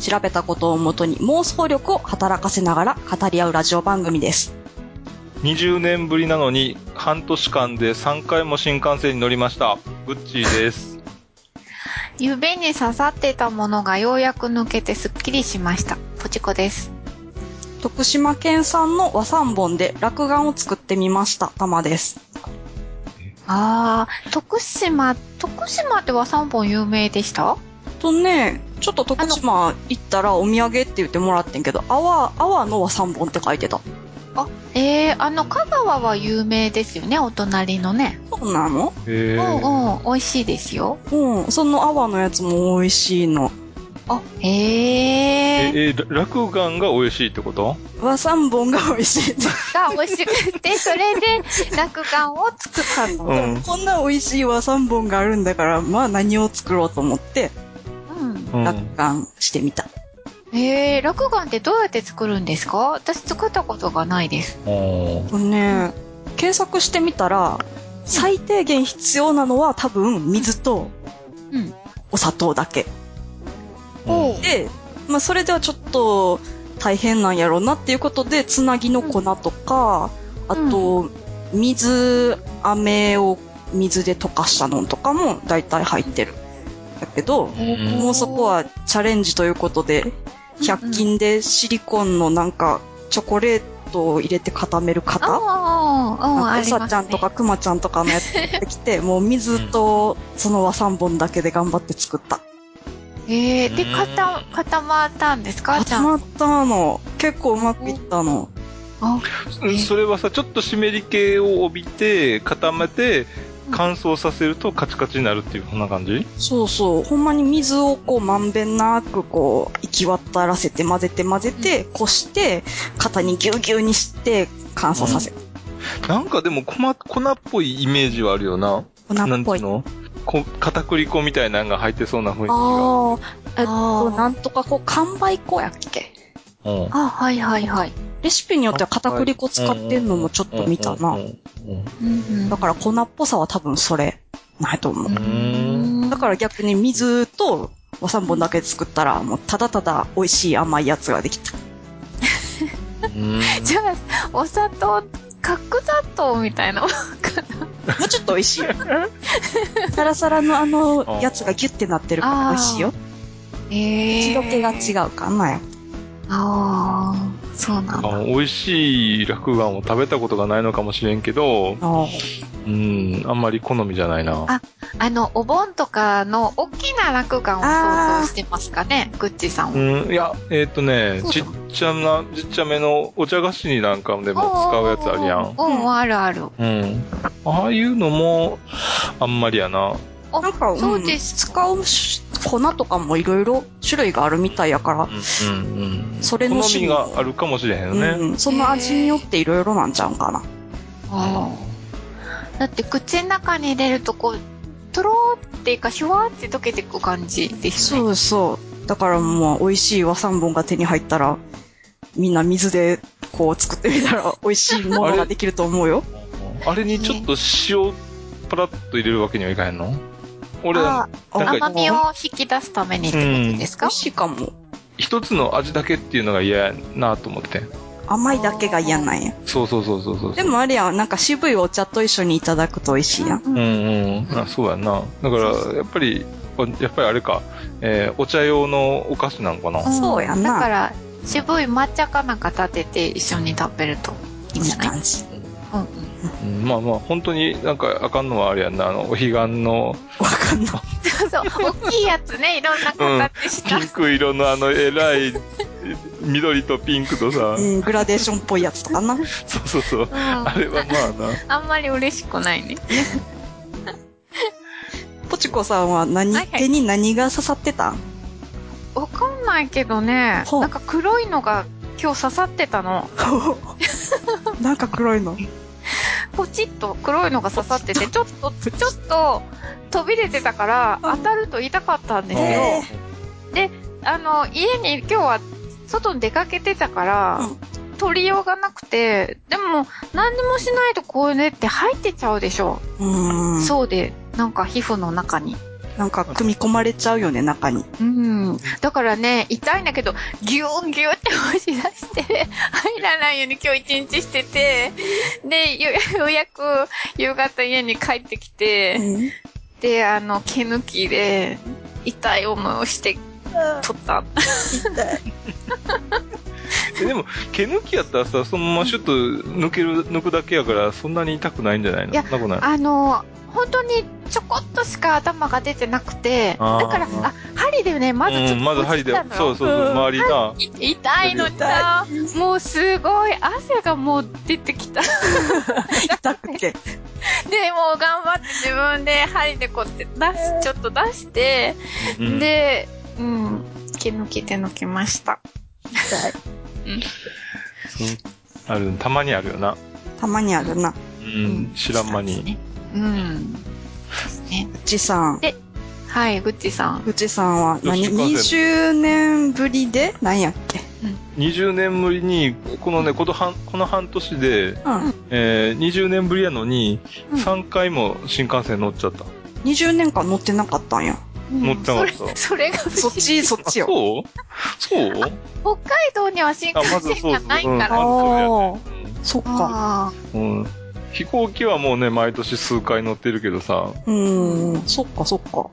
調べたことをもとに妄想力を働かせながら語り合うラジオ番組です20年ぶりなのに半年間で3回も新幹線に乗りましたグッチーです夢に刺さってたものがようやく抜けてすっきりしましたポチコです徳島県産の和三本で落眼を作ってみました玉ですあー徳島徳島では3本有名でしたとねちょっと徳島行ったらお土産って言ってもらってんけど「阿波阿波の和三本」って書いてたあえー、あの香川は有名ですよねお隣のねそうなのへうんうん美味しいですようんその阿波のやつも美味しいのあへええ、え、落眼が美味しいってこと和三本が美味しいってが美味しくてそれで落眼を作ったのう んこんな美味しい和三本があるんだからまあ何を作ろうと思ってうんうん。落眼してみた、えー、落眼ってどうやって作るんですか私作ったことがないです。おーとね検索してみたら最低限必要なのは多分水とうん。お砂糖だけうんうで、まあ、それではちょっと大変なんやろうなっていうことでつなぎの粉とか、うんあと水飴を水で溶かしたのとかも大体入ってるだけどうんもうそこはチャレンジということで100均でシリコンのなんかチョコレートを入れて固める型ああ、うん、あなんりかうまさすちゃんとかくまちゃんとかのやつ買ってき て、もう水とその和3本だけで頑張って作った。ね。えー、で、うん固、固まったんですかちゃ固ん。まったの。結構うまくいったの。あ、うんそれはさ、ちょっと湿り気を帯びて、固めてう、ん乾燥させるとカチカチになるっていう、こんな感じそうそう。ほんまに水をこうまんべんなくこう行き渡らせて混ぜて混ぜて、こして、型にぎゅうぎゅうにして乾燥させる。なんかでも粉、粉っぽいイメージはあるよな。粉なっんてぽい。いうのこ片栗粉みたいなのが入ってそうな雰囲気が。ああ、えっと、あーなんとかこう、完売粉やっけうんあ、はいはいはい。レシピによっては片栗粉使ってんのもちょっと見たう。なんうんうんうんうんだから粉っぽさは多分それ、ないと思う。んだから逆に水と和三本だけで作ったら、もうただただ美味しい甘いやつができた。うんじゃあ、 お砂糖、角砂糖みたいな。もうちょっと美味しいよ。 サラサラのあのやつがギュッてなってるから美味しいよ。 え口えどけが違う。うかな。ああ、そうなんだ。あ美味しい落眼を食べたことがないのかもしれんけど、あうん、あんまり好みじゃないな。ああの、お盆とかの大きな落眼を想像してますかねグッチさんうは。ん、いや、えっ、とね、そうちそっうちゃな、ちっちゃめのお茶菓子になんかでも使うやつあるやん。うんうん、あるある。うん。ああいうのも、あんまりやな。あなんか、そうんうです使う粉とかもいろいろ種類があるみたいやかうん、うん、うん。それの好種み類があるかもしれへんよら、ね。うん、その味によっていろいろなんちゃうんかな。ああだって口の中に入れるとこうとろーっていうかシュワーって溶けていく感じですそうそう。だからもう美味しい和三本が手に入ったら、みんな水でこう作ってみたら美味しいものができると思うよ。あれにちょっと塩、パラッと入れるわけにはいかへんの俺、あなんか甘みを引き出すためにってことです美か味、しいかも。一つの味だけっていうのが嫌やなと思って。甘いだけが嫌なんや。そうそうそうそうそう。でもあれやん、なんか渋いお茶と一緒にいただくと美味しいやん。ううんんうん。あそうやんな。だかそうそら、やっぱり、やっぱりあれか、えーお茶用のお菓子なんかな。そうやんなだから渋い抹茶かなんか立てて一緒に食べるといいんいいじゃない感じ。うんうんうんまあまあ、本当になんかあかんのはあれやんな。あの、お彼岸のわかんない。 そうそう大きいやつねいろんな形した、ピンク色のあの偉い緑とピンクとさ、うん、グラデーションっぽいやつとかな。そうそうそう。うんあれはまあ な。あんまり嬉しくないねポチコさんは何、はいはい手 に何が刺さってたんわかんないけどねほうなんか黒いのが今日刺さってたの。なんか黒いの。ポチッと黒いのが刺さってて、ちょっと、ちょっと飛び出てたから、うん当たると痛かったんですよ。えあの、家に今日は外に出かけてたから、取りようがなくて、でも、何にもしないとこうねって入ってちゃうでしょ。うーん。そそうで、なんか皮膚の中に。う。なんか組み込まれちゃうよね、中に。うん。だからね、痛いんだけど、ギューンギューって押し出して、入らないように今日一日してて、で、よようやく夕方家に帰ってきて、で、あの、毛抜きで、痛い思いをして、取った。えでも、毛抜きやったらさ、そのままシュッと抜ける、抜くだけやから、そんなに痛くないんじゃないのいやなくないあの、本当にちょこっとしか頭が出てなくて、だあーから、あ、針でね、まずちょっと、うん、まず針で、そうそうそう、うん周りが、い痛いのにな、もうすごい汗がもう出てきた。 で、痛くて。もう頑張って自分で針でこうやって出し、ちょっと出して、うん、で、うん、毛抜き手抜きました。そうある、たまにあるよな。たまにあるな。う、うん知らん間そうですに。ねうん。ですね。うちさん。はい、ぐっちさん。うちさんは何、よし ?20 年ぶりで何やっけ20年ぶりに、このね、この半、この半年で、うん。えー、20年ぶりやのに、うん3回も新幹線乗っちゃった。 20年間乗ってなかったんや。乗ってなかったうんそれそれが不そ思っ議ち、そっちよ。そうそう北海道には新幹線がないかあまずそうそうら。ああ、そっか。あうん。飛行機はもうね、毎年数回乗ってるけどさ、うーん、そっかそっか。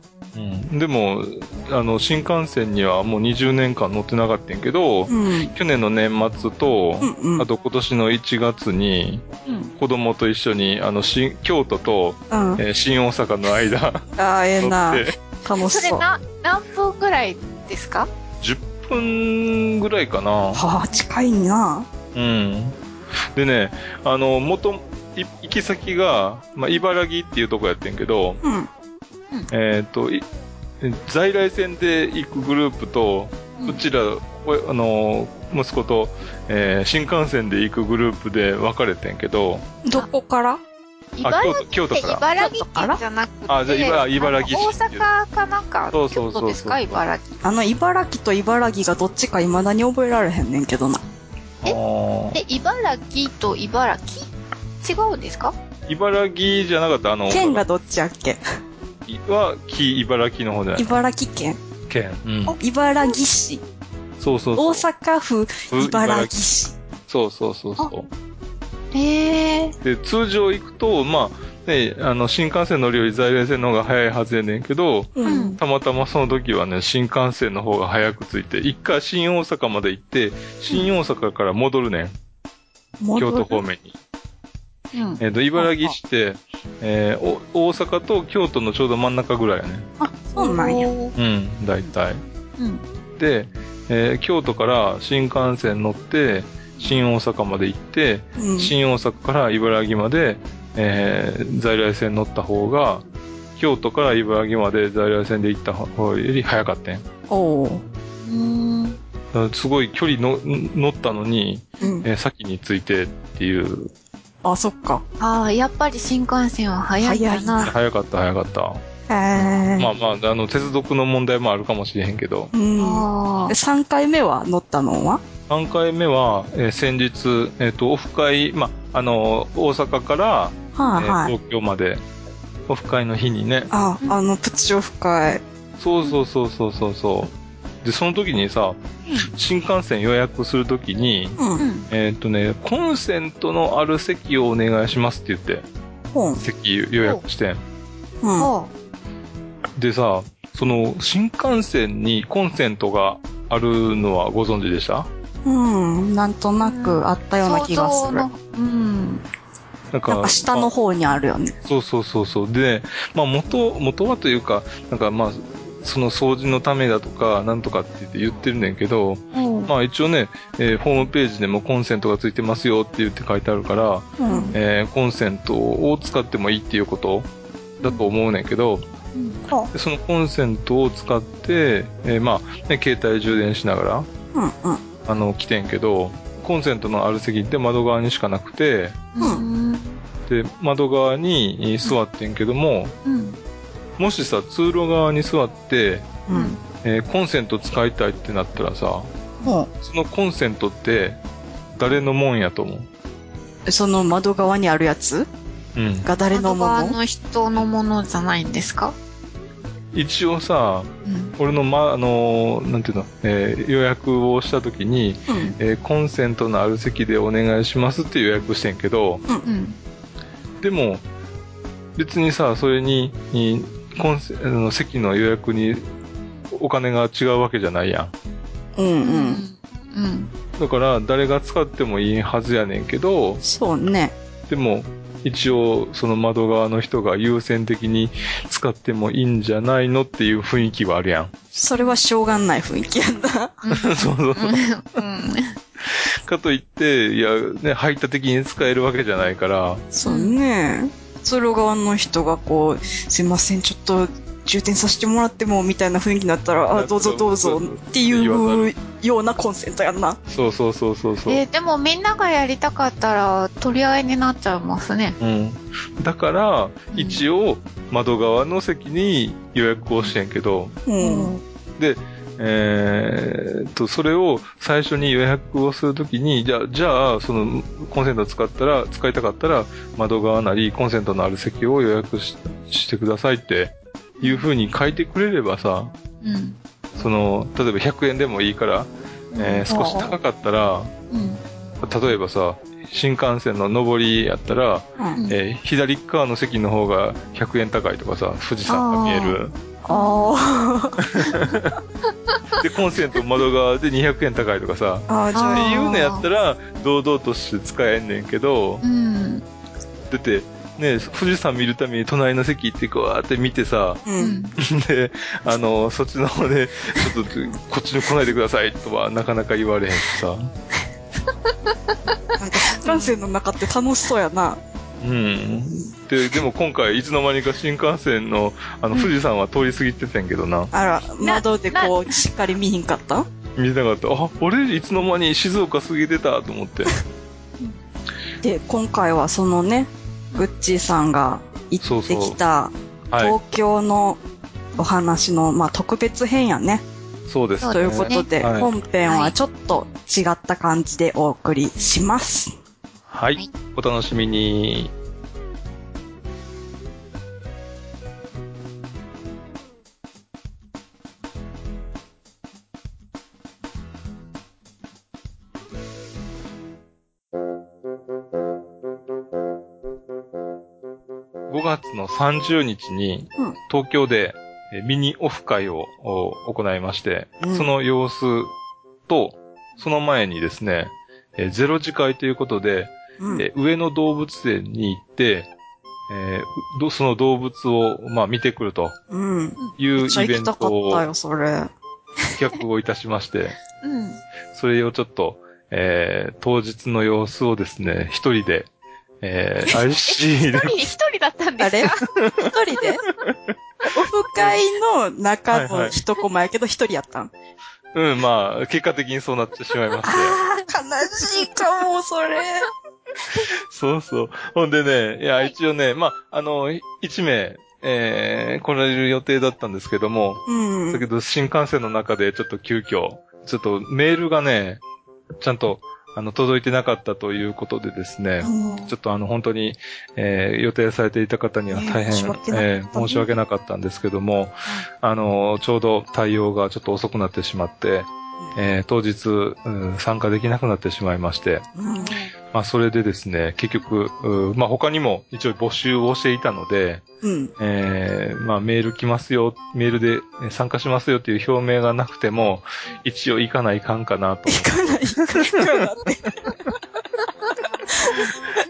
でも、あの、新幹線にはもう20年間乗ってなかったんやけうど、ん。去年の年末と、うんうん。あと今年の1月に、ーうん子供と一緒に、あの、新、京都と、うん。えー新大阪の間、ああ、ええ乗なっ。て、楽しそれそう。な、何分ぐらいですか10分ぐらいかな。はあ、近いな。うん。でね、あの、元、い行き先が、まあ、茨城っていうとこやってんけど、うん。えっ、と、い在来線で行くグループと、うんうちら、おあの、息子と、えー新幹線で行くグループで分かれてんけど、どこからあ、茨京都、京城都ってから。茨城県じゃなくて、あじゃあ茨茨城市あの大阪かなんか、そうそうそ京うそう都ですか茨城。あの、茨城と茨城がどっちか未だに覚えられへんねんけどな。えあーで、茨城と茨城違うんですか茨城じゃなかった、あの、県がどっちやっけいは、木、茨城の方じゃない。茨城県。県。うん。茨城市。そうそう大そう。阪府うん茨城市。そうそうそうそう。へえ。で、通常行くと、まあ、ね、あの、新幹線乗るより在来線の方が早いはずやねんけど、ううんん。たまたまその時はね、新幹線の方が早く着いて、一回新大阪まで行って、新大阪から戻るねん。京都方面。面に。うん。えっ、と、茨城市って、えーお大阪と京都のちょうど真ん中ぐらいやね。あ、そうなんや。ううん、大体。ん。で、えー京都から新幹線乗って、新大阪まで行って、うん。新大阪から茨城まで、えー在来線乗った方が、京都から茨城まで在来線で行った方より早かったん。だおううん。からすごい距離のん乗ったのに、うん。えー先に着いてっていう、あ、そっか。ああ、やっぱり新幹線は早いか早な。早かった早かった。へえ。まあまあ、あの、接続の問題もあるかもしれへんけど、うん。あー3回目は乗ったのは3回目は、えー先日、えっ、と、オフ会、まあ、あの、大阪から、えはいーはい。東京まで、オフ会の日にね、あ、あの、プチオフ会。そうそうそうそうそうそう。で、その時にさ、新幹線予約するときに、う。うんん。えーっ、とね、コンセントのある席をお願いしますって言って、本。席予約してん。うん。ほでさ、その、新幹線にコンセントがあるのはご存知でしたうん。なんとなくあったうような気が想す像る。なのんうん。なんか下の方にあるよね。そうそうそうそう。で、まあ元、元はというか、なんかまあ、その掃除のためだとか、なんとかって言って言ってるねんけど、ほまあ一応ね、えーホームページでもコンセントがついてますよって言って書いてあるから、うん。えーコンセントを使ってもいいっていうことだと思うねんけど、うんほでそのコンセントを使って、えーまあ、ね、携帯充電しながら、う。うんうん。あの、来てんけど、コンセントのある席って窓側にしかなくて、うん。で、窓側にえー座ってんけども、うん。もしさ、通路側に座って、うん。えーコンセント使いたいってなったらさ、ほそのコンセントって、誰のもんやと思う。う。その窓側にあるやつうん。が誰のも窓側のの人のものじゃないんですか一応さ、うん。俺の、ま、あのー、なんていうの、えー予約をした時に、うん。えーコンセントのある席でお願いしますって予約してんけど、うん。でも、別にさ、それに、にコンセあの席の予約にお金が違うわけじゃないやん。うんううん。ん。うん。だから、誰が使ってもいいはずやねんけど、そうね。でも、一応、その窓側の人が優先的に使ってもいいんじゃないのっていう雰囲気はあるやん。それはしょうがない雰囲気やんな。そうそ うそう。うん。かといって、いや、ね、排他的に使えるわけじゃないから、そうね。通路側の人がこう、すいません、ちょっと充填させてもらっても、みたいな雰囲気になったら、あ、どうぞどうぞ、っていうようなコンセントやんな。そうそうそうそうそう。えーでもみんながやりたかったら取り合いになっちゃいますね。うん。だから、うん一応、窓側の席に予約をしてんけど、うん。で、えーっと、それを最初に予約をするときに、じゃあ、じゃあ、その、コンセント使ったら、使いたかったら、窓側なり、コンセントのある席を予約ししてくださいって、いう風に書いてくれればさ、うん。その、例えば100円でもいいから、えー少し高かったら、うん。例えばさ、新幹線の上りやったら、うんえー左側の席の方が100円高いとかさ、富士山が見える。あーで、コンセント窓側で200円高いとかさ、あー、じゃああーっていうのやったら、堂々として使えんねんけどう、ん。だって、ね、富士山見るために隣の席行ってこうやって見てさ、 う。うんん。で、あの、そっちの方で、ちょっと、こっちに来ないでくださいとはなかなか言われへんしさ。なんか新幹線の中って楽しそうやな。うん。で、でも今回、いつの間にか新幹線の、あの、うん富士山は通り過ぎててんけどな。あら、な窓でこう、しっかり見ひんかった見なかった。あ、俺、いつの間に静岡過ぎてたと思って。で、今回はそのね、グッチーさんが行ってきたはい東。京のお話の、まあ、特別編やね。そうですそね。ということで、はい本編はちょっと違った感じでお送りします。はい。はいお楽しみに。5月の30日にうん東京でえミニオフ会をお行いまして、うんその様子と、その前にですね、えーゼロ次会ということで、うん。えー上野動物園に行って、えーどその動物を、まあ、見てくるとうん。いうめっちゃ行イベきンたかトったをよ、それ。企画をいたしまして、うん。それをちょっと、えー当日の様子をですね、一人で、えー、IC 一で、人、一人だったんであすれよ。一人で オフ会の中の一コマやけど一人やったん。 うん、まあ、結果的にそうなってしまいまして。ああ、悲しいかも、それ。そうそう。ほんでね、いや、一応ね、まあ、あの、い一名、えー来られる予定だったんですけども、うん。だけど新幹線の中でちょっと急遽、ちょっとメールがね、ちゃんと、あの、届いてなかったということでですね、うんちょっとあの、本当に、えー予定されていた方には大ね変、申し訳なかったえー申し訳なかったんですけども、あの、ちょうど対応がちょっと遅くなってしまって、えー当日、うん参加できなくなってしまいまして、うんまあ、それでですね、結局、うんまあ、他にも一応募集をしていたので、うん。えーまあメール来ますよ、メールでえー参加しますよっていう表明がなくても、一応行かないかんかなと。行かない、行かない行かない。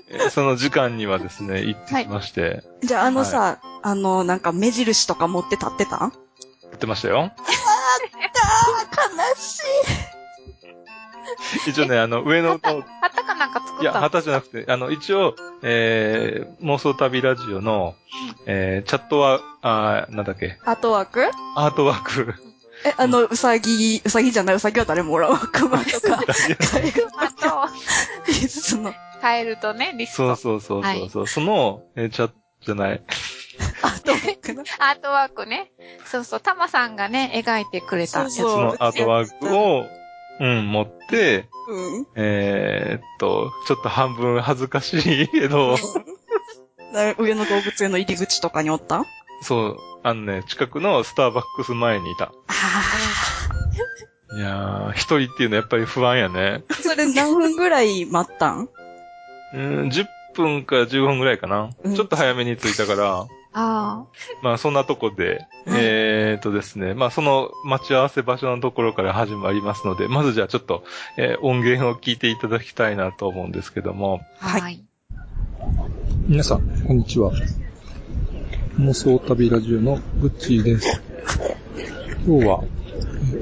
えーその時間にはですね、行ってきまして、じゃあ、あのさ、あの、なんか目印とか持って立ってたあ行ってましたよ。悲し一応ね、あの、上野の、旗かなんか作いっや、たの旗じゃなくて、あの、一応、えー、妄想旅ラジオの、えー、チャットは、あーなんだっけ、い。アートワーク アートワークえ、あの、うさぎ、うさぎじゃない、うさぎは誰もおらんわ。熊とか、カエル、あと、その、カエルとね、リスそうト。そうそうそうそう。その、えーチャットじゃない。 あと、かなアートワークね。そうそう、タマさんがね、描いてくれたやつ。そうそそうのアートワークを、うん、持って、うん。えーっと、ちょっと半分恥ずかしいけ ど、な上野動物園の入り口とかにおったあそう、あのね、近くのスターバックス前にいた。あいやー、一人っていうのはやっぱり不安やね。ー。それ何分ぐらい待ったんうん、10分か15分ぐらいかな。うんちょっと早めに着いたから、あまあそんなとこで、うんえーっとですね、まあその待ち合わせ場所のところから始まりますので、まずじゃあちょっと、えー音源を聞いていただきたいなと思うんですけども、あ。はいはい。皆さん、こんにちは。妄想旅ラジオのグッチーです。今日は、えー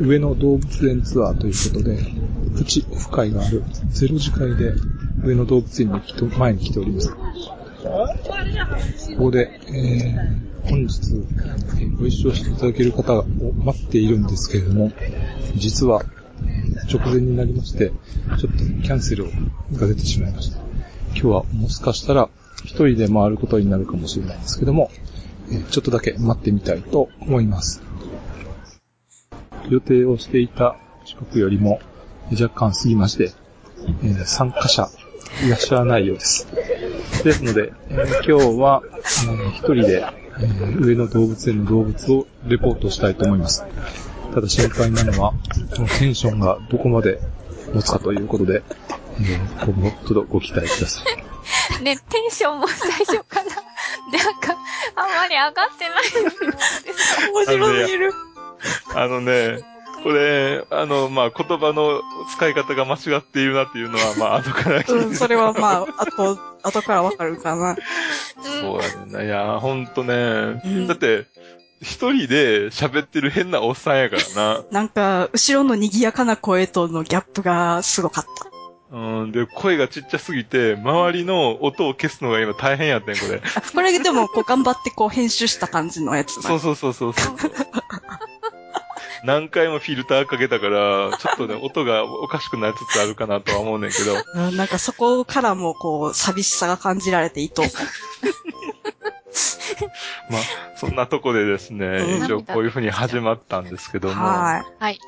上野動物園ツアーということで、プチオフ会があるゼロ次会で上野動物園に来と前に来ております。ここで、えー本日、えーご一緒していただける方を待っているんですけれども、実は、直前になりまして、ちょっとキャンセルが出てしまいました。今日はもしかしたら一人で回ることになるかもしれないんですけども、えーちょっとだけ待ってみたいと思います。予定をしていた時刻よりもえー若干過ぎまして、えー参加者いらっしゃらないようです。ですので、えー今日は、えー一人で、えー上野動物園の動物をレポートしたいと思います。ただ心配なのは、このテンションがどこまで持つかということで、えー今後とどご期待ください。ね、テンションも最初 から、なんか、あんまり上がってないように思うんですけど面白すぎる。あのね、これ、あの、まあ、言葉の使い方が間違っているなっていうのは、ま あ、後から聞いて。うん、それはまあ、あと、 後からわかるかな。うんそうやねんな。いやー、ほんとねうん。だって、一人で喋ってる変なおっさんやからなんか、後ろの賑やかな声とのギャップがすごかった。な。うん。で、声がちっちゃすぎて、周りの音を消すのが今大変やってん、これ。あこれでも、こう、頑張ってこう、編集した感じのやつ。そうそうそうそうそう。何回もフィルターかけたから、ちょっとね、音がおかしくなりつつあるかなとは思うねんけど。うんなんか、そこからも、こう、寂しさが感じられていいと思う。まあ、そんなとこでですね、一応こういう風に始まったんですけども。ははい。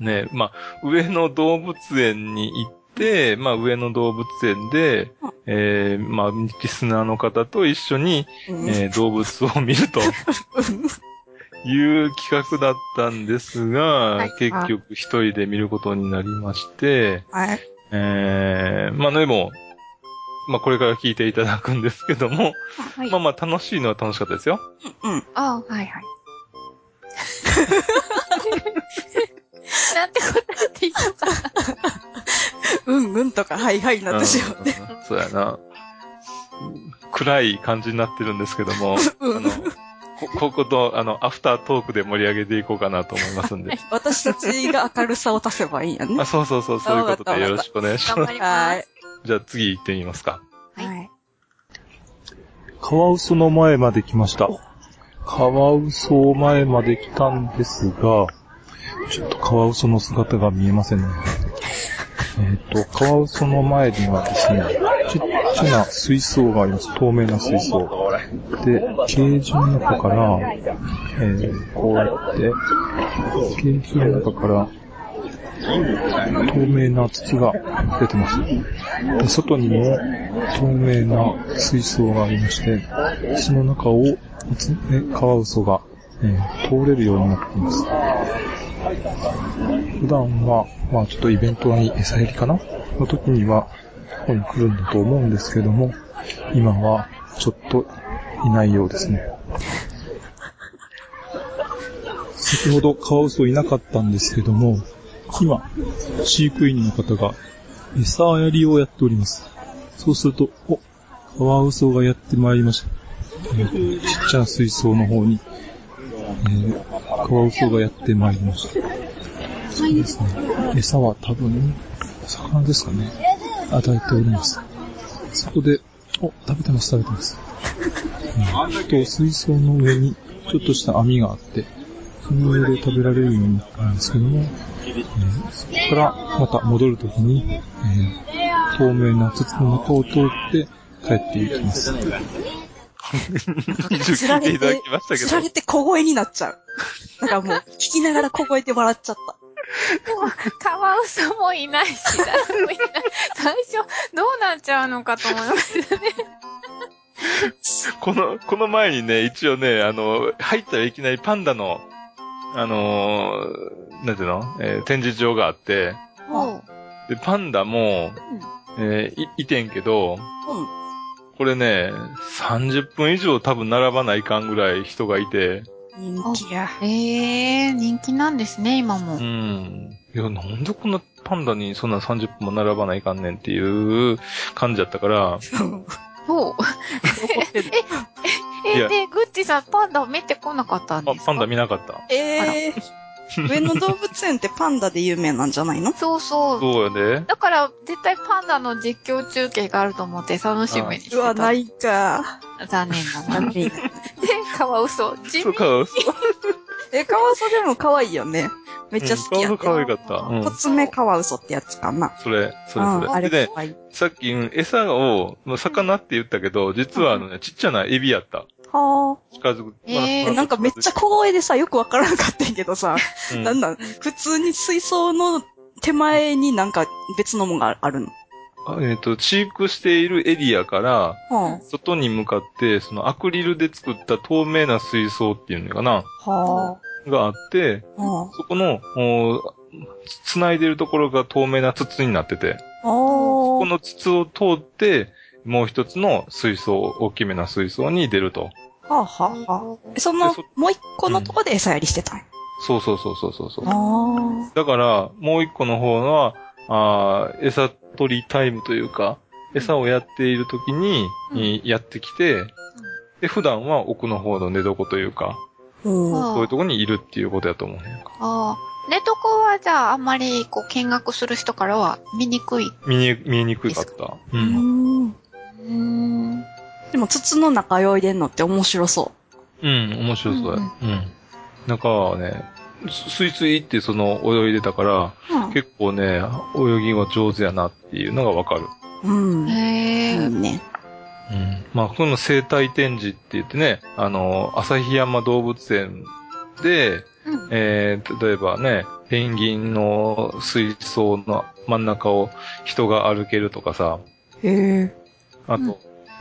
ね、まあ、上野動物園に行って、まあ、上野動物園でうん、えー、まあ、リスナーの方と一緒に、い。うんえー、動物を見るという企画だったんですはがい、結局一人で見ることになりまして、 はい。えー、まあ、でも、まあ、これから聞いていただくんですけども、はい。まあまあ、楽しいのは楽しかったですよ。うん。ああ、はいはい。 なんてことって言ったかうん、うんとか、はいはいになってしまう。うんうんそうやな。暗い感じになってるんですけど も、うんあの、こここと、あの、アフタートークで盛り上げていこうかなと思いますんで。私たちが明るさを足せばいいんやねあ、。そうそうそう、そういうことでよろしくお願いし頑ま張す。りはまいす。。じゃあ次行ってみますか。はいはい。カワウソの前まで来ました。カワウソ前まで来たんですが、ちょっとカワウソの姿が見えませんね。えっ、と、カワウソの前にはですね、ちっちゃな水槽があります。透明な水槽。で、ケージの中から、えーこうやって、ケージの中から、透明な筒が出てます。で外にも透明な水槽がありまして、その中をつえカワウソが、えー通れるようになっています。普段は、まあちょっとイベントに餌やりかなの時には、ここに来るんだと思うんですけども、今はちょっといないようですね。先ほどカワウソいなかったんですけども、今、飼育員の方が餌やりをやっております。そうすると、お、カワウソがやってまいりました。えーちっちゃな水槽の方に、えーカワウソがやってまいりました。そうですね。餌は多分、魚ですかね。与えております。そこで、お、食べてます、食べてます。うん、ちょっと水槽の上に、ちょっとした網があって、その上で食べられるようになったんですけども、えーそこからまた戻るときに、えー透明な筒の中を通って帰っていきます。一応 聞いていただきましたけつられど、て小声になっちゃう。だからもう、聞きながら小声で笑っちゃっもう、カワウソもいないし、誰もいない。最初、どうなっちゃうのかと思いました ね。この、この前にね、一応ね、あの、入ったらいきなりパンダの、あのーなんていうの、えー展示場があって、おで、パンダも、えーい、いてんけど、た。うん。これね、30分以上多分並ばないかんぐらい人がいて、人気や。ええー、人気なんですね、今もう。ん。いや、なんでこんなパンダにそんな30分も並ばないかんねんっていう感じだったから、 そう。いえやー、で、グッチさん、パンダを見てこなかったんあですかパンダ見なかった。えー、上野動物園ってパンダで有名なんじゃないのそうそう。そうやで。だから、絶対パンダの実況中継があると思って楽しみにしてた。うわ、ないか。残念だな。残で、念。カワウソ。地そう味か、え、カワウソでも可愛いよね。めっちゃ好きやうねん可愛かった。うんコ。ツメカワウソってやつかな。それ、それうんそあれれ。でね、可愛い。さっき、うん餌を、まあ魚って言ったけど、実はあのね、ちっちゃなエビやった。はあ。近づく。えーえ、なんかめっちゃ小声でさ、よくわからんかったんやけどさ、うなんんなん、普通に水槽の手前になんか別のもんがあるの。あえっと、飼育しているエリアから、は外に向かって、そのアクリルで作った透明な水槽っていうのかなあ。はがあって、あ。はそこの、お繋いでるところが透明な筒になってて、あ。おこーの筒を通って、もう一つの水槽、大きめな水槽に出ると。はあはあはあ。そのでそ、もう一個のとこで餌やりしてたんや。そうそうそうそうそうそう。あだから、もう一個の方は、あー餌取りタイムというか、餌をやっている時に、うんにやってきて、で、普段は奥の方の寝床というか、あ。うん。あそういうとこにいるっていうことやと思うね。ああ。寝床はじゃあ、あんまり、こう、見学する人からは見にくい。見え、見えにくかった。う。うんん。うん。でも筒の中泳いでんのって面白そうん、面白そうや。うん。なんかね、すスイスイってその泳いでたから、結構ね、泳ぎが上手やなっていうのがわかる。う。うん。いへえ。いね。うん。まあ、この生態展示って言ってね、あの、旭山動物園で、うん。えー、例えばね、ペンギンの水槽の真ん中を人が歩けるとかさ、へえ。あと、うん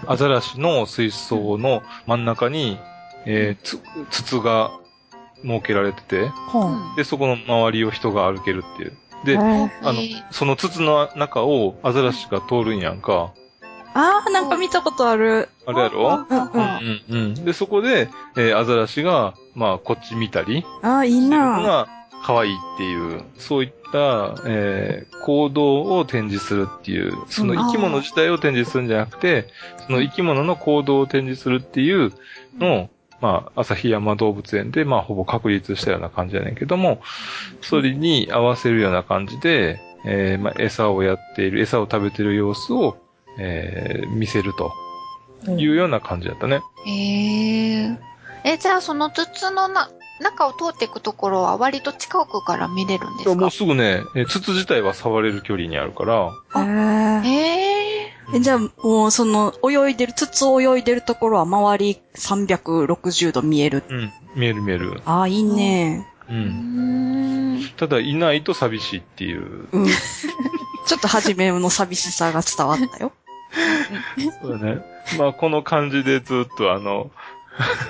アザラシの水槽の真ん中に、えー、つ、筒が設けられてて、はで、そこの周りを人が歩けるっていう。で、あ。へあえのへー、その筒の中をアザラシが通るんやんか。あー、なんか見たことある。あれやろうんうん。あうんうん。で、そこで、えーアザラシが、まあ、こっち見たり、ー、いいっていうなのが可愛いっていう、そういった、えー行動を展示するっていう、その生き物自体を展示するんじゃなくて、その生き物の行動を展示するっていうのを、まあ、旭山動物園で、まあ、ほぼ確立したような感じやねんけども、それに合わせるような感じで、えーまあ、餌をやっている、餌を食べている様子を、えー見せるというような感じだったね。へえ。え、じゃあその筒のな中を通っていくところは割と近くから見れるんでいやすもかうすぐね、えー筒自体は触れる距離にあるから、へえ。へえ。え、じゃあ、もう、その、泳いでる、筒を泳いでるところは、周り360度見える。うん、見える見える。ああ、いいね。ううーん。ん。ただ、いないと寂しいっていう。うん。ちょっと初めの寂しさが伝わったよ。そうだね。まあ、この感じでずっとあの、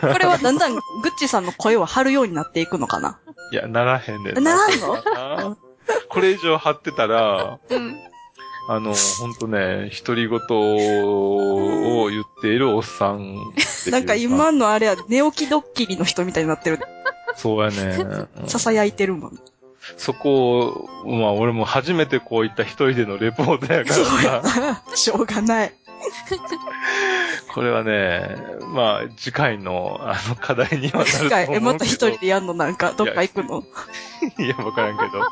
これはだんだん、グッチさんの声を張るようになっていくのかな。いや、ならへんねんならんのなこれ以上張ってたら、うん。あの、ほんとね、独り言を言っているおっさんっていうなんか今のあれは、寝起きドッキリの人みたいになってる。そうやね。うん囁いてるもん。そこを、まあ、俺も初めてこういった一人でのレポートやからさ、 しょうがない。これはね、まあ、次回の、あの、課題にはなると思う次け回、ど。え、また一人でやんのなんか、どっか行くの いや、わからんけど。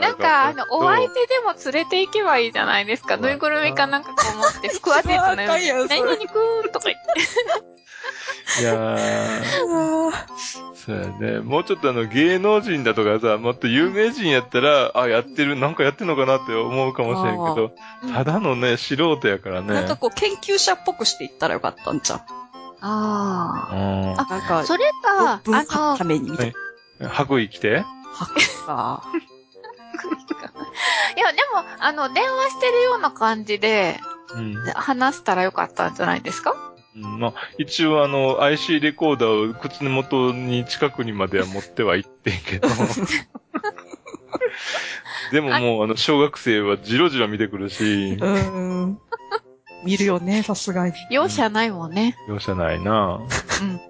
なんか、あの、お相手手でも連れて行けばいいじゃないですか。そうだぬいぐるみかなんかこう持って、腹話術のように一番あかんやんそれ何々くーんとか言って。いやー、あーそうやね。もうちょっとあの、芸能人だとかさ、もっと有名人やったら、あ、やってる、なんかやってんのかなって思うかもしれんけど、あーただのね、素人やからね。なんかこう、研究者っぽくしていったらよかったんじゃん。あうんあなんかあ。、それか、あ文化のたの、めにみたい白衣着てな。はっか。いや、でも、あの、電話してるような感じで、うん。話したらよかったんじゃないですかうんまあ、一応あの、IC レコーダーを口元に近くにまでは持ってはいってん けど。でももうあの、小学生はじろじろ見てくるし、うーん。見るよね、さすがに。容赦ないもんね。容赦ないなうん。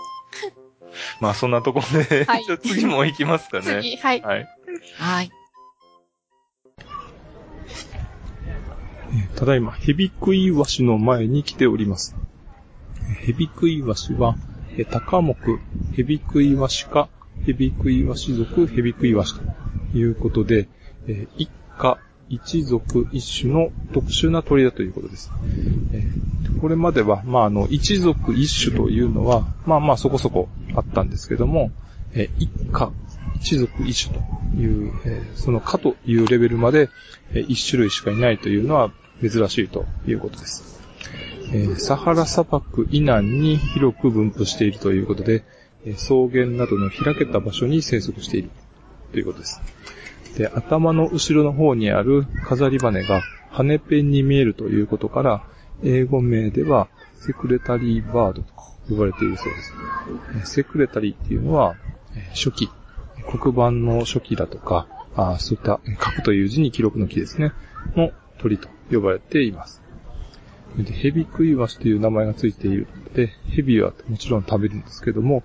まあ、そんなところで、 はいじゃあ次も行きますかね。次、はい。はい。はい。えーただいま、ヘビクイワシの前に来ております。えーヘビクイワシは、えータカモク、ヘビクイワシ科、ヘビクイワシ属ヘビクイワシということで、えー一家、一族、一種の特殊な鳥だということです。えーこれまでは、まあ、あの、一族一種というのは、まあまあそこそこあったんですけども、えー一家、一族一種という、えーその科というレベルまで、えー一種類しかいないというのは珍しいということです。えーサハラ砂漠以南に広く分布しているということで、えー草原などの開けた場所に生息しているということです。で、頭の後ろの方にある飾り羽が羽ペンに見えるということから、英語名ではセクレタリーバードと呼ばれているそうです。えーセクレタリーっていうのは、えー初期、黒板の初期だとか、あーそういったえー書くという字に記録の木ですね、の鳥と呼ばれています。でヘビクイワシという名前がついているので、ヘビはもちろん食べるんですけども、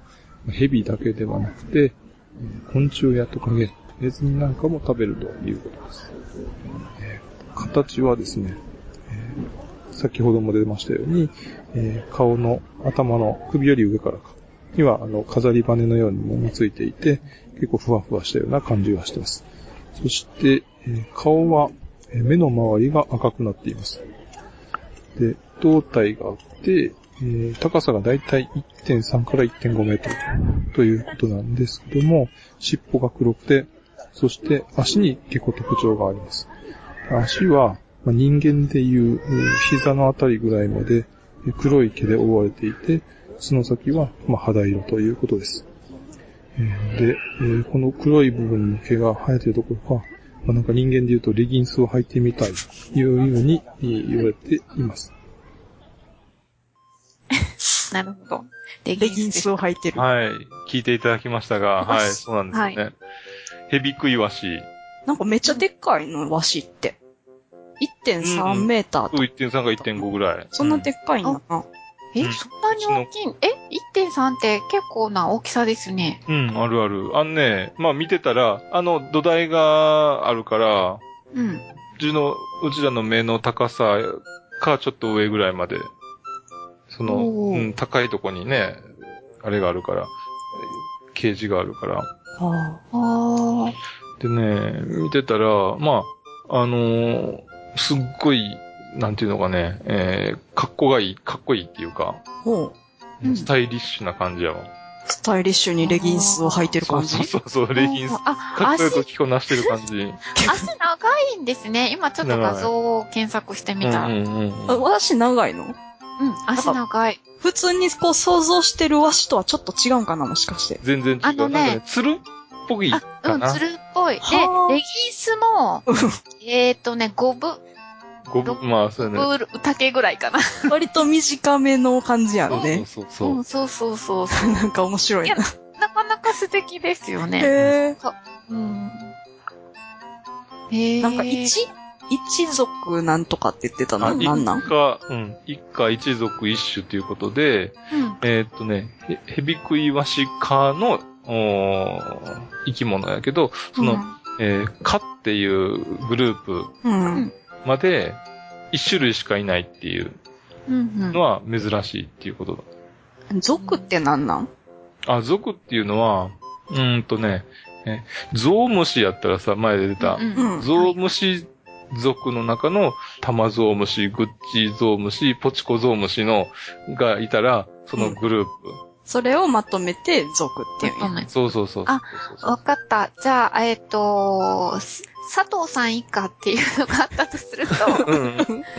ヘビだけではなくて、えー昆虫やトカゲ、ネズミなんかも食べるということです。えー形はですね、えー先ほども出ましたように、えー顔の頭の首より上からか、にはあの飾り羽のようなものがついていて、結構ふわふわしたような感じがしてます。そして、えー顔はえー目の周りが赤くなっています。で、胴体があって、えー高さがだいたい1.3から1.5メートルということなんですけども、尻尾が黒くて、そして足に結構特徴があります。足は、まあ人間でいう、えー膝のあたりぐらいまでえー黒い毛で覆われていて、その先は、まあ、肌色ということです。えーで、えーこの黒い部分の毛が生えているところが、まあ、なんか人間で言うとレギンスを履いてみたいというようにえー言われています。なるほど。レレギンスを履いてる。はい。聞いていただきましたが、はい、よしそうなんですよね。ヘビクイワシ。なんかめっちゃでっかいの、ワシって。うんう1.3んメーターとか。 1.3か1.5ぐらい。そんなでっかいんだな。え、うんそんなに大きいえ ?1.3 って結構な大きさですね。うん、うんあるある。あのね、まあ見てたら、あの土台があるから、うん。うちの、うちらの目の高さかちょっと上ぐらいまで、その、おうーん、高いとこにね、あれがあるから、ケージがあるから。あああ。でね、見てたら、まあ、あのーすっごい、なんていうのかね、えー、かっこがいい、かっこいいっていうか、あ。ほう。うんスタイリッシュな感じやわ。スタイリッシュにレギンスを履いてるそう感じそう。そうそう、レギンス。あ、かっこよく足、着こなしてる感じ。うん足長いんですね。今ちょっと画像を検索してみうた。うん、んうんあワシ長いの足長い。普通にこう想像してるワシとはちょっと違うんかな、もしか して。全然違う。あのねなんかつるっぽいあ、うかん、なつ。るっぽい。で、はあレギンスも、えっ、ー、とね、5分、ごぶまあ、そうやね。ブール、丈ぐらいかな。割と短めの感じやそんねう。そうそうう。ん、そうそうそうそなんか面白いな。う。なかなか素敵ですよね。へうん。へえ。え。なんか一、一族なんとかって言ってたあのなんなん一家、うん、一家一族一種ということで、うん。えーっとね、ヘヘビクイワシ科のおー生き物やけど、その、うんえー科っていうグループうん。まで一種類しかいないっていううん、うんの。は珍しいっていうこと族ってなんなんだ。あ、族っていうのは、うーんとね、えゾウムシやったらさ、前で出た、うん。ゾウムシ族の中の玉ゾウムシ、グッチゾウムシ、ポチコゾウムシのがいたら、そのグループ。それをまとめて族っていうんやごめんそうそうそう。あそうそうそうわかった。じゃあ、えっ、と、す佐藤さん一家っていうのがあったとすると、うんう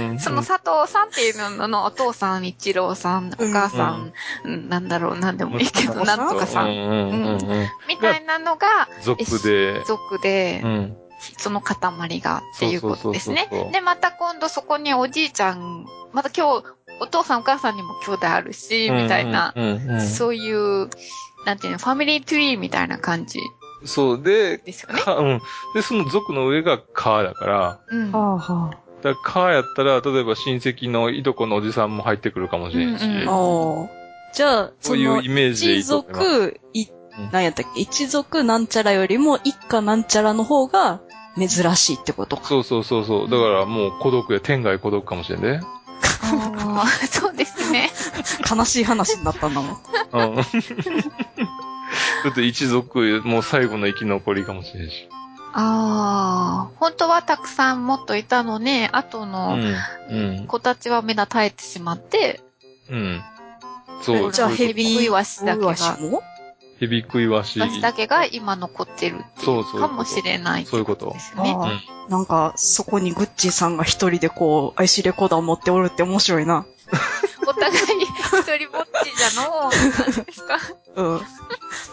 んうんその佐藤さんっていうののお父さん、一郎さん、お母さん、うんなんだろう、なんでもいいけど、うんなんとかさうんん、うんうんうん。みたいなのが、族で。族でう、ん。その塊がっていうことですねそうそうそうそう。で、また今度そこにおじいちゃん、また今日、お父さんお母さんにも兄弟あるし、みたいな、うんうんうんそういう、なんていうの、ファミリートゥリーみたいな感じそう。で、ですよね。か、うん。で、その族の上がかだから、うん。はあはだからかやったら、例えば親戚のいとこのおじさんも入ってくるかもしれんし、うんうんあ。おーじゃあ、そそういのうイ、メージでい一いと思います。族、いうん、何やったっけ一族なんちゃらよりも一家なんちゃらの方が珍しいってこと か。そうそうそうそう。だからもう孤独や、天外孤独かもしれん ね。あー そうですね。悲しい話になったんだもん。うん。ちょっと一族、もう最後の生き残りかもしれんし。ああ、本当はたくさんもっといたのに、後うのん。うん。子たちはみんな耐えてしまって、うん。そう。じゃあそういうヘビイワシだけうがわ、しもヘビ食いわし。私だけが今残ってるってそいううそうかもしれないそういうことですよね。あーなんか、そこにグッチーさんが一人でこう、IC レコーダーを持っておるって面白いな。お互い一人ぼっちじゃのう、なんですか。うん。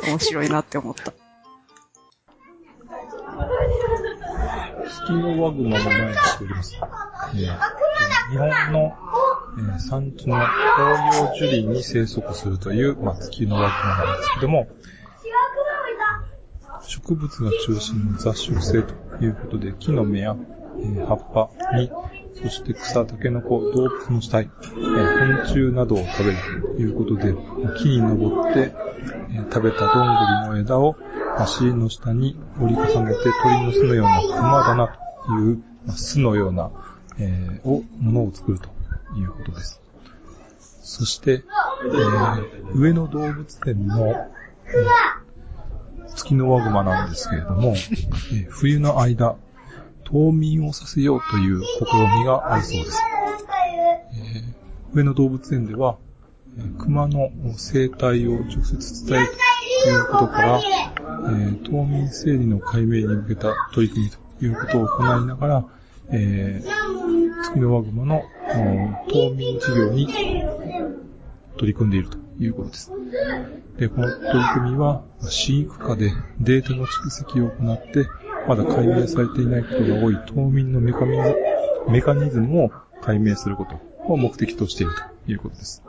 面白いなって思った。スキノワグマの前にしております。えー日本の、えー山地の紅葉樹林に生息するという、まあ、スキノワグマなんですけども、植物が中心の雑食性ということで、木の芽や、えー葉っぱに、そして草、タケノコ、動物の死体、えー昆虫などを食べるということで、木に登って、えー食べたどんぐりの枝を足の下に折り重ねて鳥の巣のような熊だなという、まあ巣のような、えーを、ものを作るということです。そして、えー上野動物園の、月のワグマなんですけれども、えー冬の間、冬眠をさせようという試みがあるそうです。えー上野動物園では、えー熊の生態を直接伝えるということから、えー冬眠整理の解明に向けた取り組みということを行いながら、えー月のワグマのうん冬眠事業に取り組んでいるということです。で、この取り組みは、飼育下でデータの蓄積を行って、まだ解明されていないことが多い冬眠のメカニズムメカニズムを解明することを目的としているということです。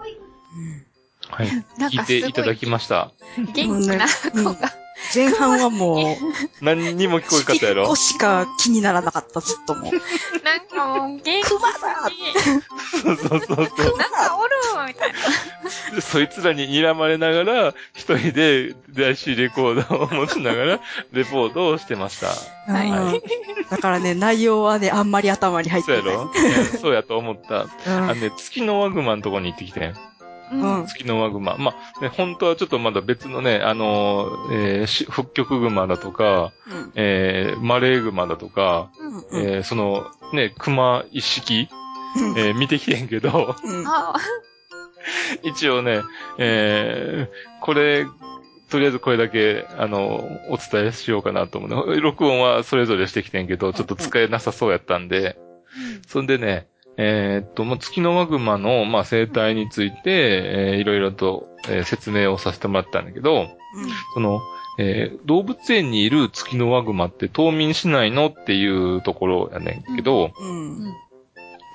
はい。なん聞かいてすごいいただきました。元気な子が。前半はもう、何にも聞こえかったやろ個。しか気にならなかった、ずっともう。なんかもう元気に。そうそうそうそう。なんかおるみたいな。で そいつらに睨まれながら、一人で IC レコーダーを持ちな がら、レポートをしてました。はいうんだからね、内容はね、あんまり頭に入ってそうない。やろ そうやと思った。うんあのね、月のワグマのとこに行ってきてん。うん。月のワグマ。まあ、ね、本当はちょっとまだ別のね、あのー、えーし、北極グマだとか、うんえーマレーグマだとか、うんえーその、ね、熊一式、うんえー見てきてんけど、うんあ一応ね、えー、これ、とりあえずこれだけ、あの、お伝えしようかなと思うね。録音はそれぞれしてきてんけど、ちょっと使えなさそうやったんで。そんでね、えーっと、もう月のマグマの、まあ、生態について、えーいろいろと、えー説明をさせてもらったんだけど、その、えー動物園にいる月のマグマって冬眠しないのっていうところやねんけど、うん。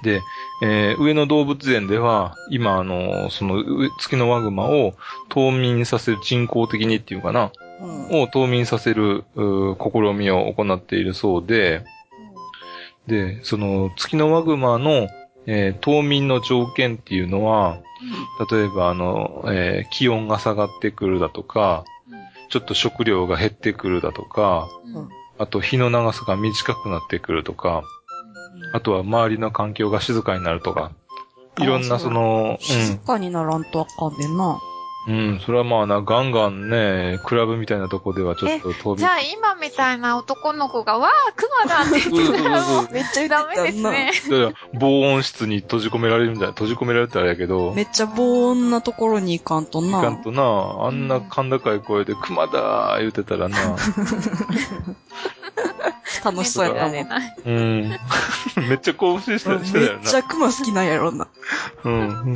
で、えー上野動物園では、今、あの、その、う月のワグマを冬眠させる、人工的にっていうかな、うんを冬眠させる、うー試みを行っているそうで、で、その、月のワグマの、えー冬眠の条件っていうのは、例えば、あの、えー気温が下がってくるだとか、ちょっと食料が減ってくるだとか、あと日の長さが短くなってくるとか、あとは周りの環境が静かになるとか、いろんなその、静かにならんとあかんでな。うん、それはまあな、ガンガンね、クラブみたいなとこではちょっと飛び。じゃあ今みたいな男の子が、わあ、クマだってうん言うっんてたらもう、めっちゃ言ってたダメですね。だから防音室に閉じ込められるんじゃない閉じ込められたらあれやけどな。めっちゃ防音なところに行かんといな。かんとな、あんな甲高い声で、熊だー言うてたらな。楽しそうやったもねん。なうん。 めっちゃ興奮してたしてためよっちな。ゃクマ好きなんやろな。うん。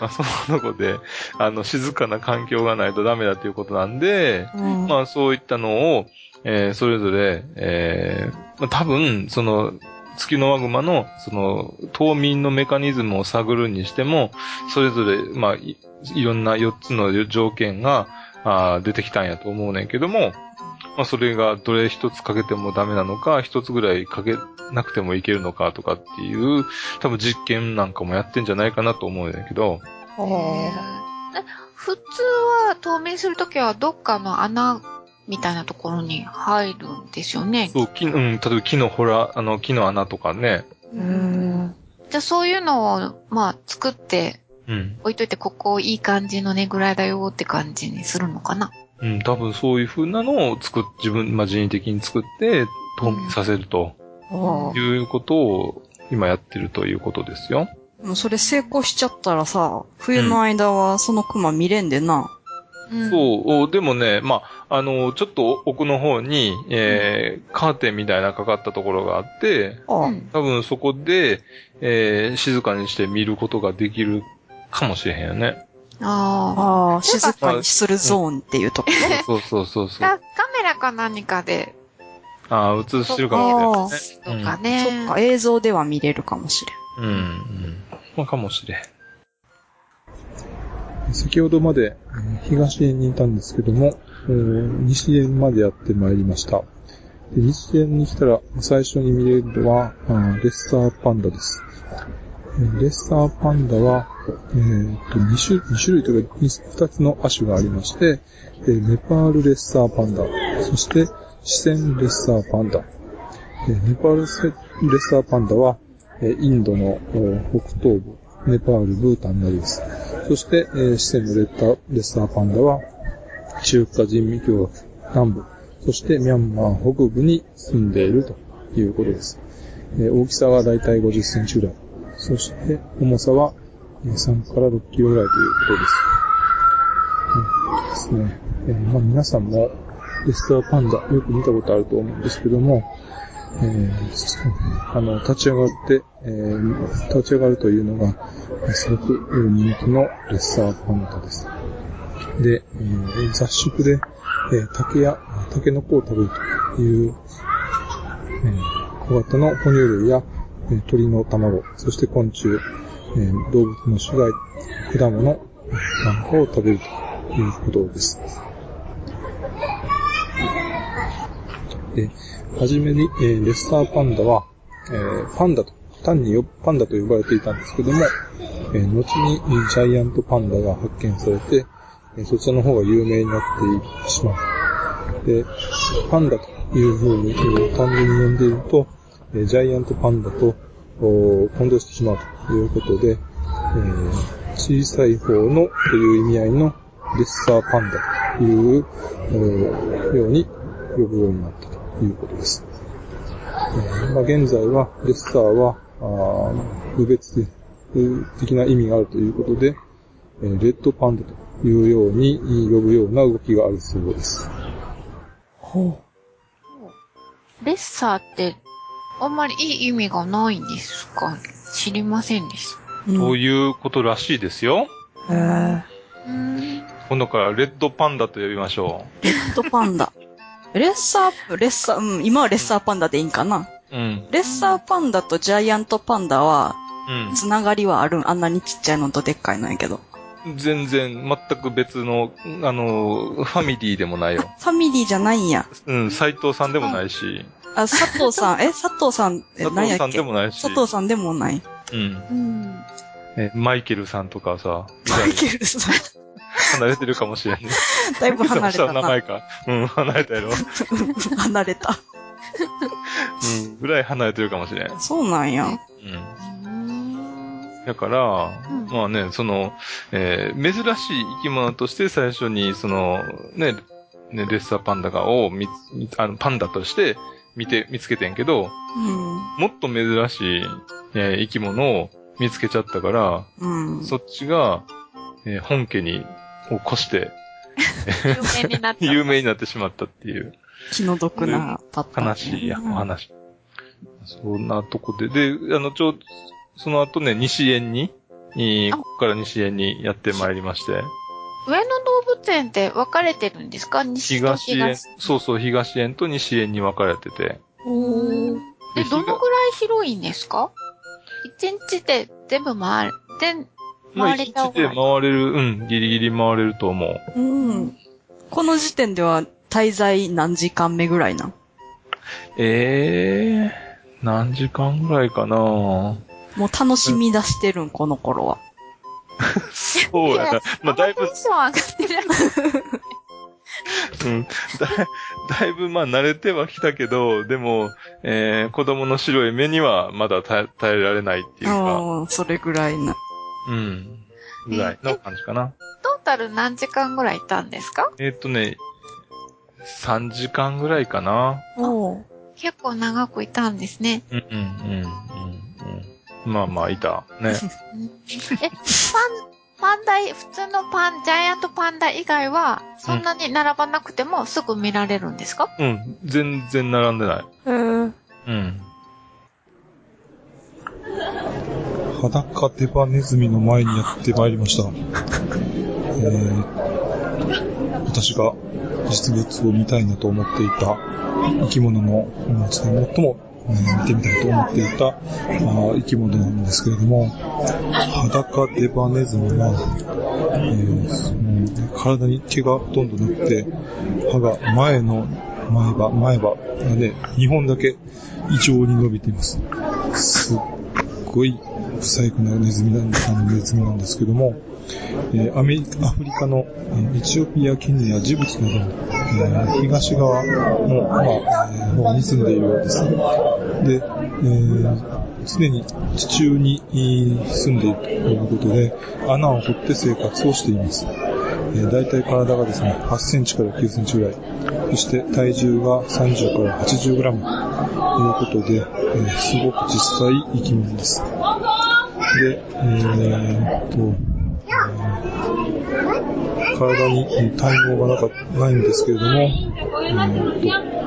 まあ、そのとこで、あの、静かな環境がないとダメだっていうことなんで、うん。まあそういったのを、えーそれぞれ、えーまあ、多分、その、月のマグマの、その、冬眠のメカニズムを探るにしても、それぞれ、まあ、いいろんな4つの条件が、あー出てきたんやと思うねんけども、まあ、それがどれ一つかけてもダメなのか、一つぐらいかけなくてもいけるのかとかっていう、多分実験なんかもやってんじゃないかなと思うんだけど、え普通は冬眠するときはどっかの穴みたいなところに入るんですよね。そう、木の、うん、例えば木のほら、あの、木の穴とかね、うん。じゃあそういうのを、まあ、作ってうん、置いといて、ここいい感じのねぐらいだよって感じにするのかな。うん、多分そういう風なのを作っ、自分、まあ、人為的に作って、冬眠させるとああいうことを今やってるということですよ。でもそれ成功しちゃったらさ、冬の間はそのクマ見れんでな。うんそう、おでもね、まあ、あの、ちょっと奥の方に、えー、カーテンみたいなかかったところがあって、ああうん多分そこで、えー、静かにして見ることができるかもしれへんよね。あああ、静かにするゾーンっていうとこ。そうそうそうそうあ。そう。だカメラか何かで、ああ、映してるかもしとれない、かね。ね。そっか、映像では見れるかもしれん。うん。うん。うんまあ、かもしれん。先ほどまでえー東園にいたんですけども、えー西園までやってまいりました。で西園に来たら最初に見れるのは、あーレッサーパンダです。えーレッサーパンダは、えーと 2, 種2種類というか 2, つの亜種がありまして、えーネパールレッサーパンダ、そして四川レッサーパンダ。えーネパールセレッサーパンダは、えーインドのえー北東部、ネパール、ブータンなどです。そして、えー四川のレッタレッサーパンダは、中華人民共和国南部、そしてミャンマー北部に住んでいるということです。えー大きさはだいたい50センチぐらい。そして、重さはえー3から6キロぐらいということです。ですね。えーまあ、皆さんも、レスターパンダ、よく見たことあると思うんですけども、えーそうあの、立ち上がって、えー立ち上がるというのが、えーすごくえー人気のレッサーパンダです。で、えー雑食で、えー竹や、竹の子を食べるという、えー小型の哺乳類や、えー鳥の卵、そして昆虫、えー動物の死骸、果物なんかを食べるということです。で、はじめに、えーレッサーパンダは、えーパンダと、単によパンダと呼ばれていたんですけども、えー後にえージャイアントパンダが発見されて、えーそちらの方が有名になってしまう。で、パンダという風に、えー単純に呼んでいると、えージャイアントパンダとおー混同してしまうということで、えー小さい方のという意味合いのレッサーパンダという、えーように呼ぶようになったということです。えーまあ、現在は、レッサーは、あー無別的な意味があるということで、えーレッドパンダというように呼ぶような動きがあるそうです。ほレッサーって、あんまりいい意味がないんですか知りませんでしう。とうん、いうことらしいですよ。えー、た。うん。今度からレッドパンダと呼びましょレッドパンダ。レッサー、レッサー、うん、今はレッサーパンダでいいんかな。う。うん。レッサーパンダとジャイアントパンダは、つながりはあるんあんなにちっちゃいのとでっかいのやけど。うん。全然、全く別の、あの、ファミリーでもなあ、いよフ。 ァミリーじゃないんや。うん、斎藤さんでもないし、あ、佐藤さん、え、佐藤さん、え、佐何や藤っさんけでもないし、佐藤さんでもない。うん。うん。えマイケルさんとかさ、マイケルさん、離れてるかもしれない。だいぶ離れそたうな。名前か。うん、離れたやろ。離れた。うん、ぐらい離れてるかもしれん。うん。そうなんや。いだから、うんまあね、その、えー珍しい生き物として最初に、その、ね、ね、レッサーパンダがを見つ、見つあの、パンダとして見て、見つけてんけど、うん。もっと珍しい、えー生き物を見つけちゃったから、うん。そっちが、えー本家に、を越して、有名になった。有名になってしまったっていう気の毒なパターン。悲しいやおうん話。そんなとこで、で、あの、ちょう、その後ね、西園に、えーあここから西園にやってまいりまして、上野動物園って分かれてるんですか西と東園東。、そうそう、東園と西園に分かれてて、おーで、東どのぐらい広いんですか一日で全部回る。で、まあ回一れちゃ日うぐでらい。回れる、うん、ギリギリ回れると思う。うん。この時点では滞在何時間目ぐらいなんええー、何時間ぐらいかなもう楽しみ出してるん、この頃は。そうやな。 まあ、だいぶテンション上がってる。うんだいだいぶまあ慣れてはきたけど、でも、えー、子供の白い目にはまだ耐え耐えられないっていうか、うん、それぐらいな。うん。ぐらいの感じかな。 トータル何時間ぐらいいたんですかえーっとね、3時間ぐらいかな。おう結構長くいたんですね。うんうんうんうんうん。まあまあ、いた。ね。え、パン、パンダい、普通のパン、ジャイアントパンダ以外は、そんなに並ばなくてもすぐ見られるんですか、うん。全然並んでない。うん。うん。裸デバネズミの前にやってまいりました。えー、私が実物を見たいなと思っていた生き物のうん最も、最もえー見てみたいと思っていたあー生き物なんですけれども、裸デバネズミは、えーうん体に毛がほとんどなくて、歯が前の前歯、前歯がね、2本だけ異常に伸びています。すっごい不細工なネズミなんあのネズミなんですけども、えーアメリカ、アフリカの、えーエチオピア、ケニア、ジブチなどの、えー東側の、まあ、えー方に住んでいるようです。で、えー常に地中にえー住んでいるということで、穴を掘って生活をしています。えー、大体体がですね、8センチから9センチぐらい。そして体重が30から80グラムということで、えーすごく実際生き物です。で、えーっと、えー体にえー体毛がなかないんですけれども、えー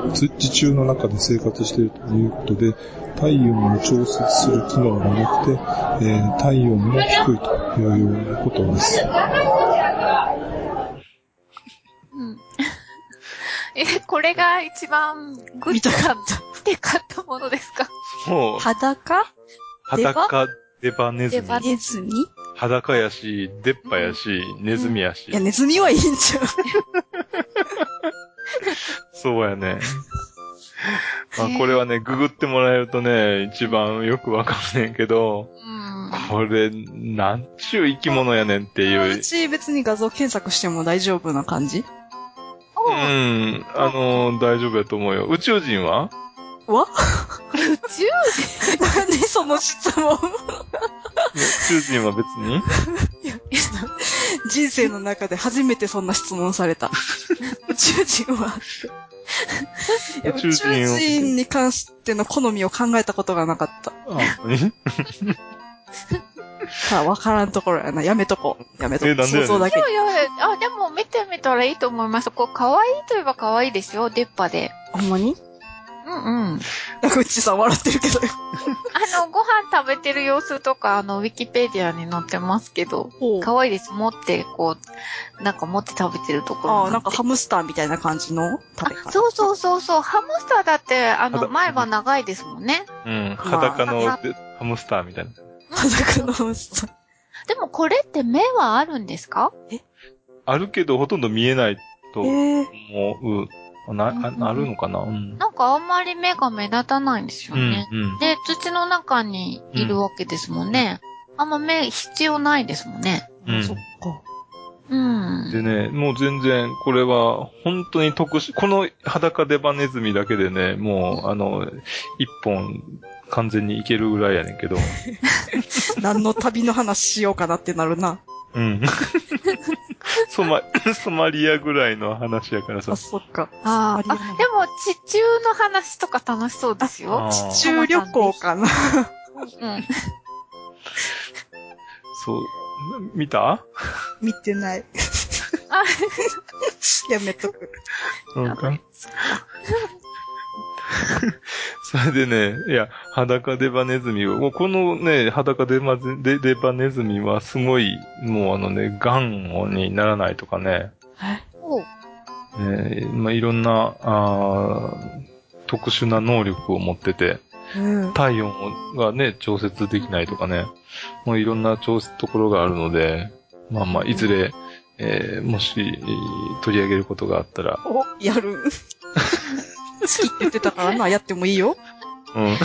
っとつ地中の中で生活しているということで、体温を調節する機能がなくて、えー体温も低いというようなことです。うん。 え、これが一番グッ見とたかかっったた、見て買ったものですかもう、裸裸デバネズミデ。バネズミ裸やし、出っ歯やし、ネズミやしい。や、ネズミはいいんちゃうそうやね。 まあねえこれはね、ググってもらえるとね、一番よくわかんねんけど、うん。これ、なんちゅう生き物やねんっていうう。ち別に画像検索しても大丈夫な感じう、おうんあのー大丈夫やと思うよ。宇宙人はわ宇宙何その質問宇宙人は別に 人生の中で初めてそんな質問さ れた。宇宙人はいや宇宙宇人を宙人に関しての好みを考えたことがなかった。 あ本当にさあ、わからんところやな。やめとこう。やめとこえう。なんでやねん想像だけ人。よりあ、でも見てみたらいいと思います。こう、可愛いといえば可愛いですよ、出っ歯で。ほんまにうんうん。なんかうっちーさん笑ってるけど。あの、ご飯食べてる様子とか、あの、ウィキペディアに載ってますけど、可愛いです。持って、こう、なんか持って食べてるところあてあ、なんかハムスターみたいな感じの食べあ方。そうそうそうそう。ハムスターだって、あたの、だ前歯長いですもんね。うん、裸のまあでハムスターみたいな。裸のハムスター。でもこれって目はあるんですかあるけど、ほとんど見えないと思ええう。な、うんああるのかなうん。なんかあんまり目が目立たないんですようねん、。うん。で、土の中にいるわけですもんね。あんま目必要ないですもんね。うんそっか。うん。でね、もう全然、これは、本当に特殊、この裸デバネズミだけでね、もう、あの、一本、完全に行けるぐらいやねんけど。何の旅の話しようかなってなるな。うん。ソマ、ソマリアぐらいの話やからさあ、。そっか。あありえないあ、でも地中の話とか楽しそうですよ。あー中旅行かな。うん。そう。見た見てない。やめとく。うんか。 それでね、いや、裸デバネズミを、もうこのね、裸デバデデバネズミはすごい、もうあのね、ガンにならないとかね、おうえーまあ、いろんな、あー特殊な能力を持ってて、うん。体温がね、調節できないとかね、もういろんな調節ところがあるので、まあまあ、いずれ、えーもし、えー取り上げることがあったら、お、やる。好きって言ってたからな、やってもいいよ。うん。え、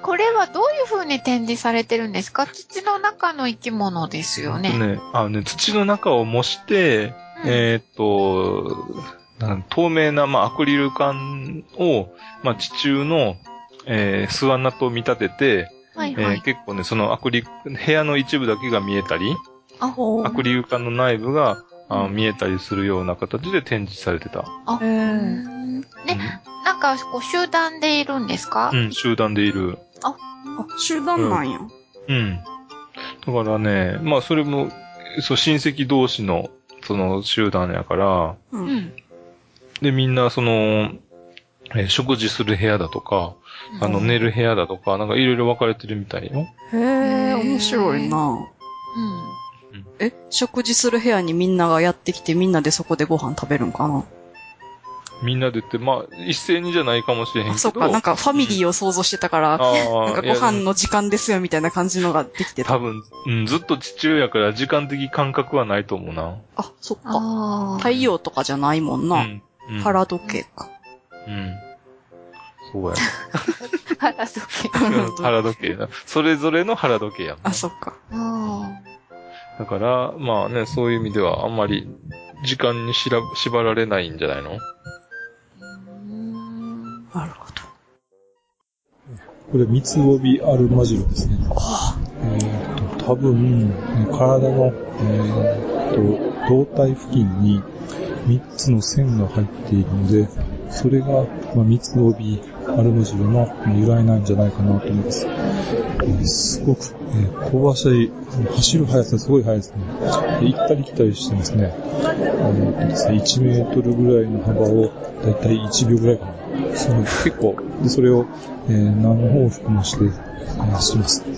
これはどういう風に展示されてるんですか土の中の生き物ですよね。ね、あのね、土の中を模して、うんえーっと、なん透明な、まあ、アクリル管を、まあ、地中の、えー、巣穴と見立てて、はいえーはい。結構ね、そのアクリ、部屋の一部だけが見えたり、あ、ほアクリル管の内部が、あ見えたりするような形で展示されてた。あ、ううんん。ね、なんかこう集団でいるんですかう、ん、集団でいる。あ、集団なんや。うん。だからね、まあ、それも、そう、親戚同士の、その、集団やから、う。うんん。で、みんな、その、えー食事する部屋だとか、あうの、ん寝る部屋だとか、なんかいろいろ分かれてるみたいよ。へえ、面白いな。うん。え、食事する部屋にみんながやってきてみんなでそこでご飯食べるんかなみんなでって、まあ、一斉にじゃないかもしれへんけど。あ、そっか、なんか、かファミリーを想像してたから、あなんかーいごや飯の時間ですよみたいな感じのができてた。多分、うん、ずっと父親から時間的感覚はないと思うな。あ、そっか。ああ太。陽とかじゃないもんうな。ん。うん、腹時計か。うん。そうや。 腹時腹時計。計腹時計だ。それぞれの腹時計やも んあ、そっか。 あだから、まあね、そういう意味ではあんまり時間にしら縛られないんじゃないのあ。うんなるほど。これ、三つ帯アルマジロですね。えーっと、多分、体の、えーっと、胴体付近に三つの線が入っているので、それが、まあ、三つ帯アルマジロの由来なんじゃないかなと思います。えーすごく、えー香ばしい、走る速さすごい速いですね。で行ったり来たりしてますね。えーっとですね、1メートルぐらいの幅を、だいたい1秒ぐらいかな。その結構、で、それを、えー何往復もして、えーします。で、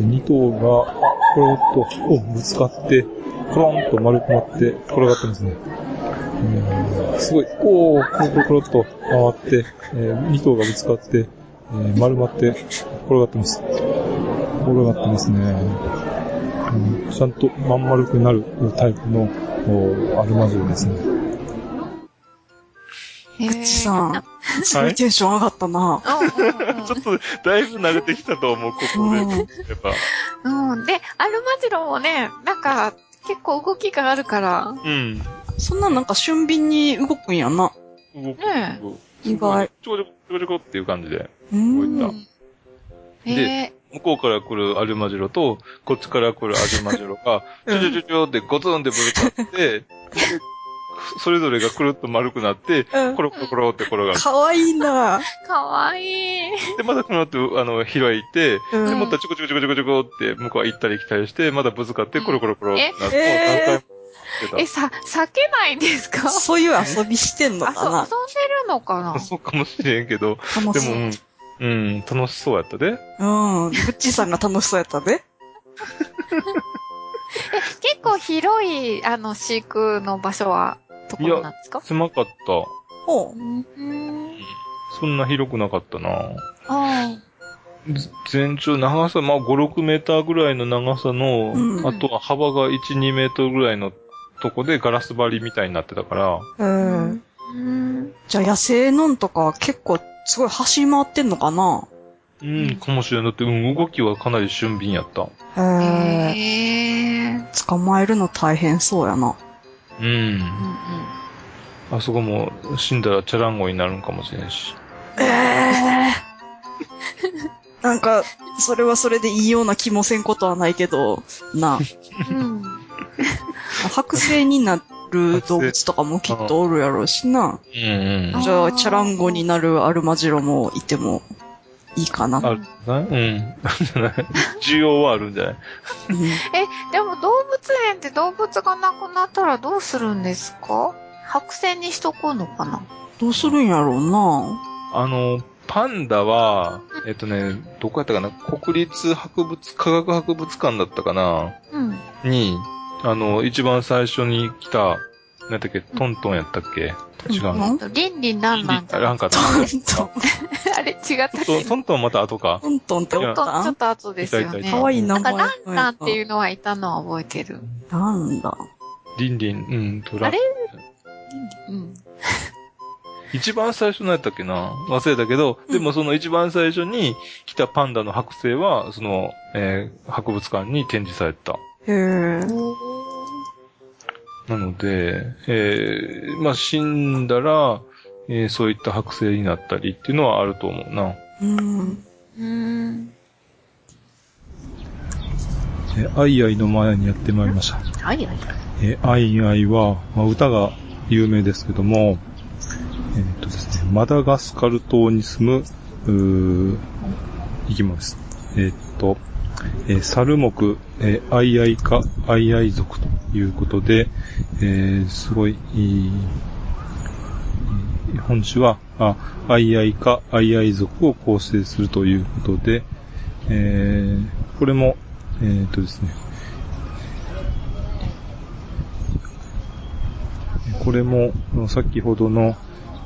2頭が、あこれおっと、お、ぶつかって、コロンと丸くなって転がってますね。えーすごい、おー、コロコロコロっと回って、え2頭がぶつかって、えー丸まって転がってます。転がってますね。うんちゃんとまん丸くなるタイプのおアルマジロですね。えぐっーちさん。すごいテンション上がったな。うんうんうんちょっと、だいぶ慣れてきたと思う、ここで。うんやっぱ。 うん。で、アルマジロもね、なんか、結構動きがあるから、うん。そんななんか俊敏に動くんやな。動く。ねえ動く意外。ちょこちょこちょこちょこっていう感じで。う動いんた。ええ向こうから来るアルマジロと、こっちから来るアルマジロが、ちょちょちょちょってゴツンってぶつかって、でそれぞれがくるっと丸くなって、うんコロコロコロって転がる。かわいいな。かわいい。 で、またこの後、あの、開いて、うんで、またちょこちょこちょこちょこって向こうは行ったり来たりして、またぶつかってコロコロコロってなって、えもう何回もやってえ、さ、避けないんですかあ、そそういう遊びしてんの遊んでかな。るのかなた。そうかもしれんけど、楽 でしも、い。うんうん、楽しそうやったで。うん。ぐっちさんが楽しそうやったで。結構広い、あの、飼育の場所は、ところなんですか狭かった。ほうう。ん。そんな広くなかったなあず全長、長さ、まあ5、6メーターぐらいの長さの、うんあとは幅が1、2メートルぐらいのとこでガラス張りみたいになってたから、うん。ーうん。じゃあ野生のんとかは結構すごい走り回ってんのかな。うん、かもしれん。だって、うん、動きはかなり俊敏やった。へえ。へえ。捕まえるの大変そうやな。うん。うんあそこも死んだらチャランゴになるんかもしれんし。ええ。なんか、それはそれでいいような気もせんことはないけど、 なあ。うん。剥製になる動物とかもきっとおるやろうしな。うんあじゃあ、チャランゴになるアルマジロもいてもいいかな。あるんじゃないうん。じゃない需要はあるんじゃないうんえ、でも動物園って動物がなくなったらどうするんですか白線にしとくのかなどうするんやろうな。あの、パンダは、えっとね、どこやったかな国立博物、科学博物館だったかなうん。に、あの、一番最初に来た、なんだっけ、トントンやったっけ違ううの。ん倫理なんなんじゃランカだ。トントン。 あれ違ったっけトントントンはまた後か。トントンってちおょっっと、ちたょっんと後ですよいたいたね。いかわいい名なん前。か、ランタンっていうのはいたのは覚えてる。なんだ。リンリン、うん、とラあれうん。一番最初のやったっけな忘れたけど、でもその一番最初に来たパンダの剥製は、その、えー博物館に展示された。へえ。なので、えーまあ、死んだら、えーそういった剥製になったりっていうのはあると思うな。うん。うん。えーアイアイの前にやってまいりました。はいはい。えーアイアイは、まあ、歌が有名ですけども、えーっとですね、マダガスカル島に住む、うー生き物です。えーっと、えーサル目、えーアイアイ科、アイアイ族ということで、えーすごい、いいえー本種は、あ、アイアイ科、アイアイ族を構成するということで、えーこれも、えーっとですね、これも、先ほどの、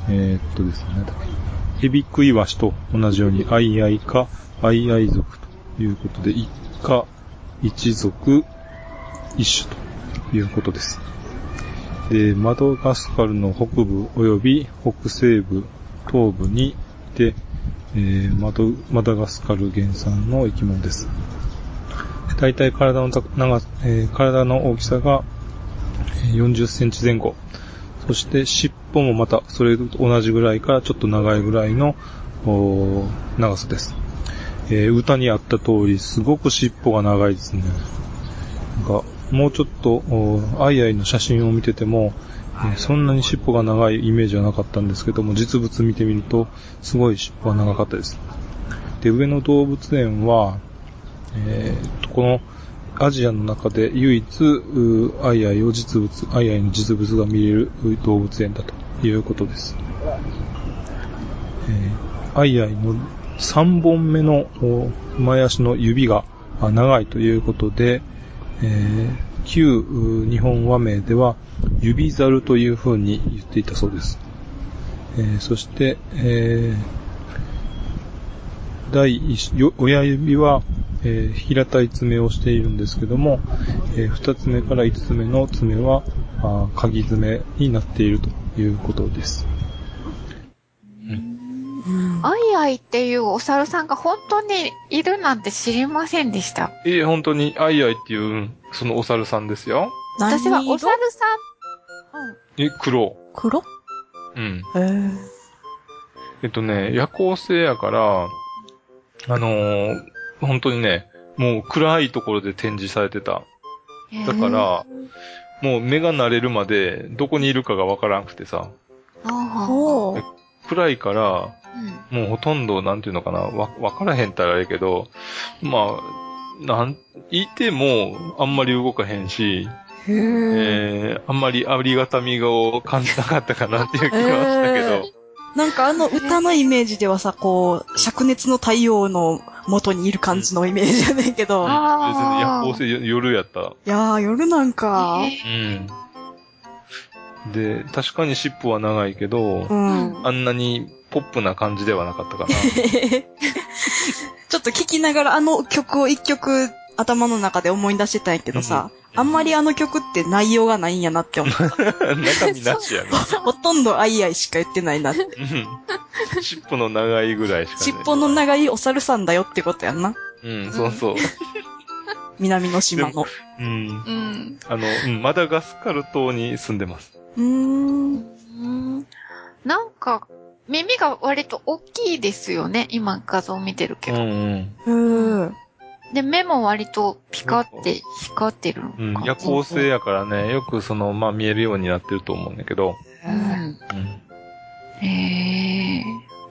えーっとですね、なんだっけヘビクイワシと同じように、アイアイか、アイアイ族ということで、一家、一族、一種ということです。で、マドガスカルの北部及び北西部、東部にいて、えーマドマダガスカル原産の生き物です。大体体のた長さ、えー体の大きさが40センチ前後。そして尻尾もまたそれと同じぐらいからちょっと長いぐらいのおー長さです。えー歌にあった通り、すごく尻尾が長いですね。なんか、もうちょっと、おーアイアイの写真を見てても、えーそんなに尻尾が長いイメージはなかったんですけども、実物見てみると、すごい尻尾が長かったです。で、上野動物園は、えーとこのアジアの中で唯一、うーアイアイを実物、アイアイの実物が見れるう動物園だということです。えーアイアイの3本目のお前足の指があ長いということで、えー旧うー日本和名では指猿という風に言っていたそうです。えーそして、えー第一、よ親指は、えー平たい爪をしているんですけども、えー二つ目から五つ目の爪は、あー鍵爪になっているということです。アイアイっていうお猿さんが本当にいるなんて知りませんでした。えー本当に、アイアイっていううん、そのお猿さんですよ。私はお何色猿さん、うん、え、黒。黒うん。へえ。えっとね、夜行性やから、あのー本当にね、もう暗いところで展示されてた。だから、もう目が慣れるまで、どこにいるかがわからなくてさ、ああ、おー暗いから、うんもうほとんど、なんていうのかな、わ、わからへんったらあれやけど、まあ、なん、いても、あんまり動かへんし、へえ。えー、あんまりありがたみを感じなかったかなっていう気がしたけど、なんかあの歌のイメージではさ、こう、灼熱の太陽の元にいる感じのイメージじゃないけど。いあー別に夜行性夜やった。やー、夜なんか。うん。で、確かに尻尾は長いけどう、ん。あんなにポップな感じではなかったかな。ちょっと聞きながらあの曲を一曲頭の中で思い出してたんやけどさ、あんまりあの曲って内容がないんやなって思った。中身なしやね。ほとんどアイアイしか言ってないなって。うん尻尾の長いぐらいしかね。尻尾の長いお猿さんだよってことやんな。うん、そうそう。南の島での。うん。うん。あの、うんマダガスカル島に住んでます。うーん。うん。なんか、耳が割と大きいですよね。今画像見てるけうんうど。うん。ん。で、目も割とピカって光ってるのかうな。ん。夜行性やからね、よくその、まあ見えるようになってると思うんだけど、うん。うん。へえ。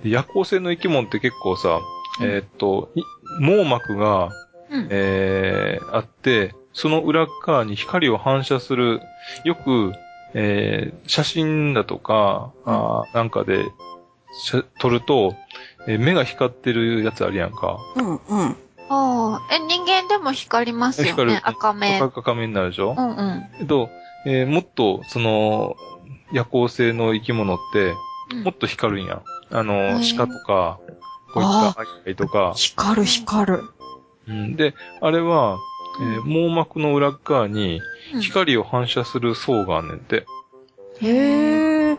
で夜行性の生き物って結構さ、うんえーっと、い網膜が、うん。えーあって、その裏側に光を反射する、よく、えー写真だとか、あーなんかで写撮ると、えー目が光ってるやつあるやんか。うん。うん。ああ。え、人間でも光りますよ光ねる。赤目。赤赤目になるでしょ、うんうん。けど、えーもっと、その、夜行性の生き物って、うんもっと光るんやん。あの、ー鹿とか、こういった愛とか。光る光る。うん、で、あれは、えー網膜の裏側にうん光を反射する層があんねんて。へえ。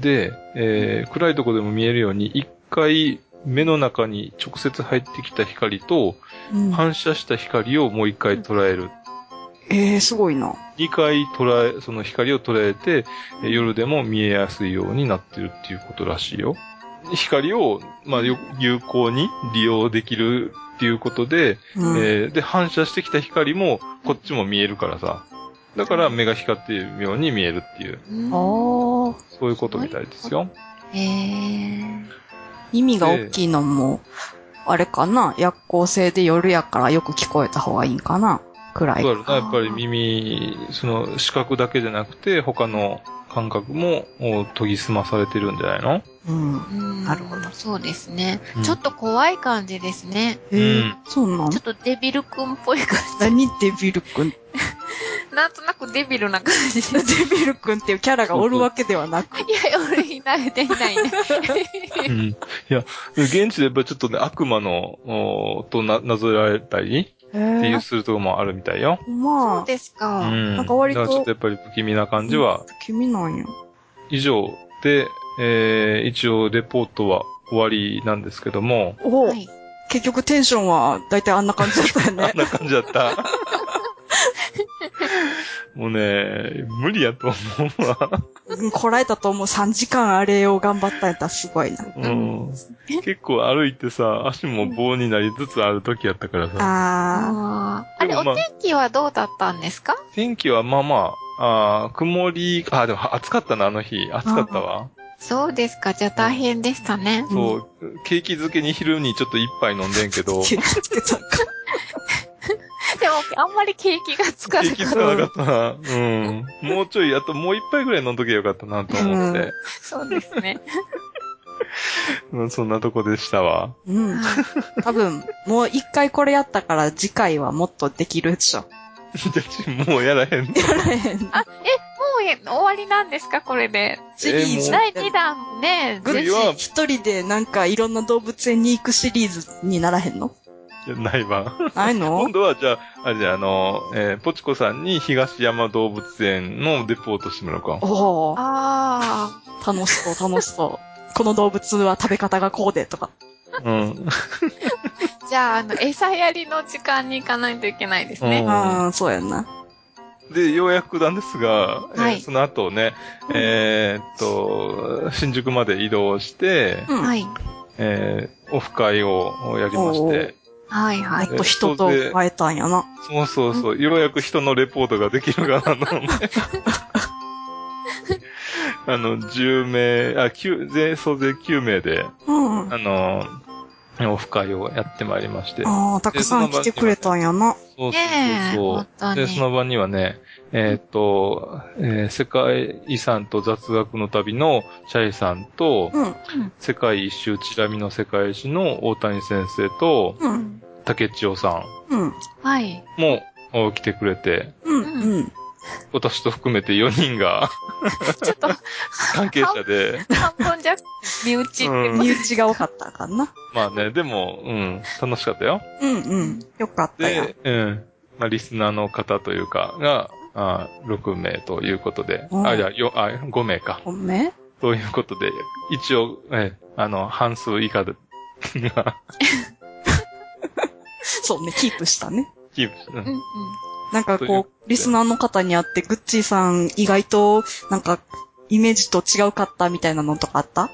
で、えー暗いとこでも見えるように、一回目の中に直接入ってきた光と、うん、反射した光をもう一回捉える。ええすごいな。二回捉え、その光を捉えて、えー夜でも見えやすいようになってるっていうことらしいよ。光を、まあ、よ有効に利用できるっていうことで、うん。えーで、反射してきた光も、こっちも見えるからさ。だから目が光っているように見えるっていう、うんああ。そういうことみたいですよ。へえ。耳が大きいのも、あれかな夜行性で夜やからよく聞こえた方がいいんかな暗いそかうやろな、やっぱり耳、その、視覚だけじゃなくて、他の感覚も、お研ぎ澄まされてるんじゃないのうん。うんなるほどそうですねうん。ちょっと怖い感じですね。えーそうなのちょっとデビルくんっぽい感何デビル君じ。なんとなくデビルな感じ。デビル君っていうキャラがおるわけではなく。いや、俺いない、でいないね。うん。いや、現地でやっぱりちょっとね、悪魔の、おとな、なぞらえたり、えっていーうするとこもあるみたいよ。まそうあ、ですうか。ん。なんか割とだからちょっとやっぱり不気味な感じは、君なんや。以上で、えー、一応レポートは終わりなんですけども、お、はい。結局テンションは大体あんな感じだったよあ ねん。な感じだった。もうね、無理やと思うわ。うんこらえたと思う。3時間あれを頑張ったんやったらすごいな。うん、結構歩いてさ、足も棒になりつつある時やったからさ。ああーであれ、もおまあ天気はどうだったんですか天気はまあまあ、あー曇り、あー、でも暑かったな、あの日。暑かったわ。そうですか。じゃあ大変でしたね。そう、ケーキ漬けに昼にちょっと一杯飲んでんけあ。ど、気ケをつけたか。でも、あんまり景気がつかーなかっキたつ。かなかったな。うん。もうちょい、あともう一杯ぐらい飲んどけばよかったなと思って。そうですね。うん、そんなとこでしたわ。 うん。多分、もう一回これやったから次回はもっとできるで しょ。じゃあもうやらへんの。やらへんあ、え、もう終わりなんですかこれで。シリーえズ。ー第2弾ね、ググッッチチは一人でなんかいろんな動物園に行くシリーズにならへんのいやないわ。ないの今度は、じゃあ、あれじゃあ、あの、えーポチコさんに東山動物園のレポートしてもらおうか。 おおああ、楽しそう、楽しそう。 この動物は食べ方がこうでとか。うん。じゃあ、あの、餌やりの時間に行かないといけないですね。うん、そうやんな。で、ようやくなんですが、えーはいその後ね、えーっと、新宿まで移動して、うん。はもい。えーオフ会をやりまして、はいはっい。と人と会えたんやな。そうそうそう、ようやく人のレポートができるかなと思って。あの、10名、あ、9、全総勢9名で、うん。ああの、オフ会をやってまいりまして。あー、たくさん来てくれたんやな。そうそうねえ、そう本そ当う。で、そのに。晩にはね、えーっと、えー世界遺産と雑学の旅のシャイさんと、うん、世界一周チラ見の世界史の大谷先生と、うん、竹千代さうん、はい。んもお来てくれて、うん、うん。私と含めて4 人がちょっと、関係者で、半分弱、身内ってことうん身内が多かったかな。まあね、でも、うん、楽しかったよ。うん、うん。よかったやんで。、うん、まあリスナーの方というかが、あ6名ということで、うんあ、いや、よあ5名か。本命ということで、一応、え、あの、半数以下 で、そうね、キープしたね。キープ、ううんんうん。なんかというここう、リスナーの方に会って、グッチーさん意外と、なんか、イメージと違うかったみたいなのとかあった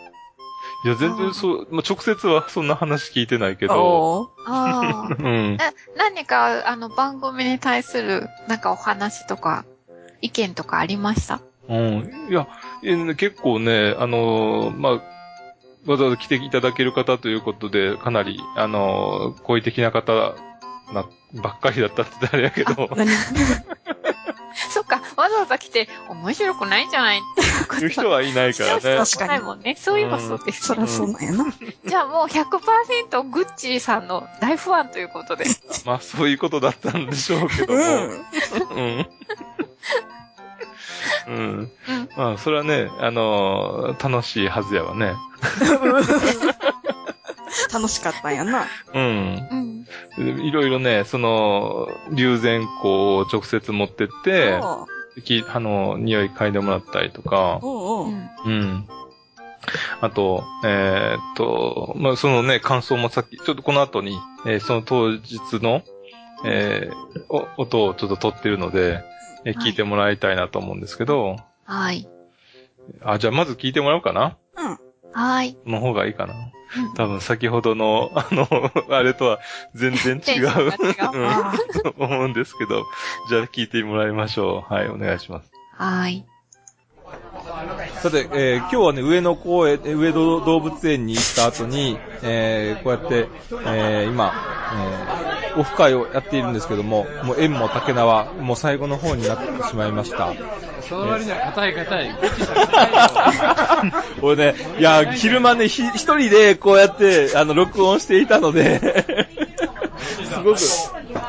いや、全然そう、まあ、直接はそんな話聞いてないけど、おーああ。 うん。な何か、あの、番組に対する、なんかお話とか、意見とかありました うん。いや、えー結構ね、あのーまあ、わざわざ来ていただける方ということで、かなり、あのー好意的な方な、ばっかりだったってあれやけ ど、何そっか、わざわざ来て、面白くないんじゃない っていうこいうと人はいないからね。 確かないもんね。そういえばそうです。そらそうなんやな。 じゃあもう100%グッチーさんの大ファンということで。まあ、 そういうことだったんでしょうけども。うん。うん。うんうん。まあ、それはね、あのー楽しいはずやわね。楽しかったんやな。うん。うん。いろいろね、その、龍涎香を直接持ってって、おうきあの、匂い嗅いでもらったりとか、おうおう。うんうん。あと、えーっと、まあ、そのね、感想もさっき、ちょっとこの後に、えーその当日の、えーお音をちょっと撮ってるので、えーはい聞いてもらいたいなと思うんですけど、はい。あ、じゃあまず聞いてもらおうかなうん。はい。の方がいいかなうん。多分先ほどの、あの、あれとは全然テ違ンションうが違うあうん思うんですけど、じゃあ聞いてもらいましょう。はい、お願いします。はい。さて、えー今日はね、上野公園、えー上野動物園に行った後に、えーこうやって、えー今、えーオフ会をやっているんですけども、もう縁も竹縄、もう最後の方になってしまいました。その割には硬い硬い。 俺ね、いや、昼間ね、ひ、一人でこうやって、あの、録音していたので、すごく、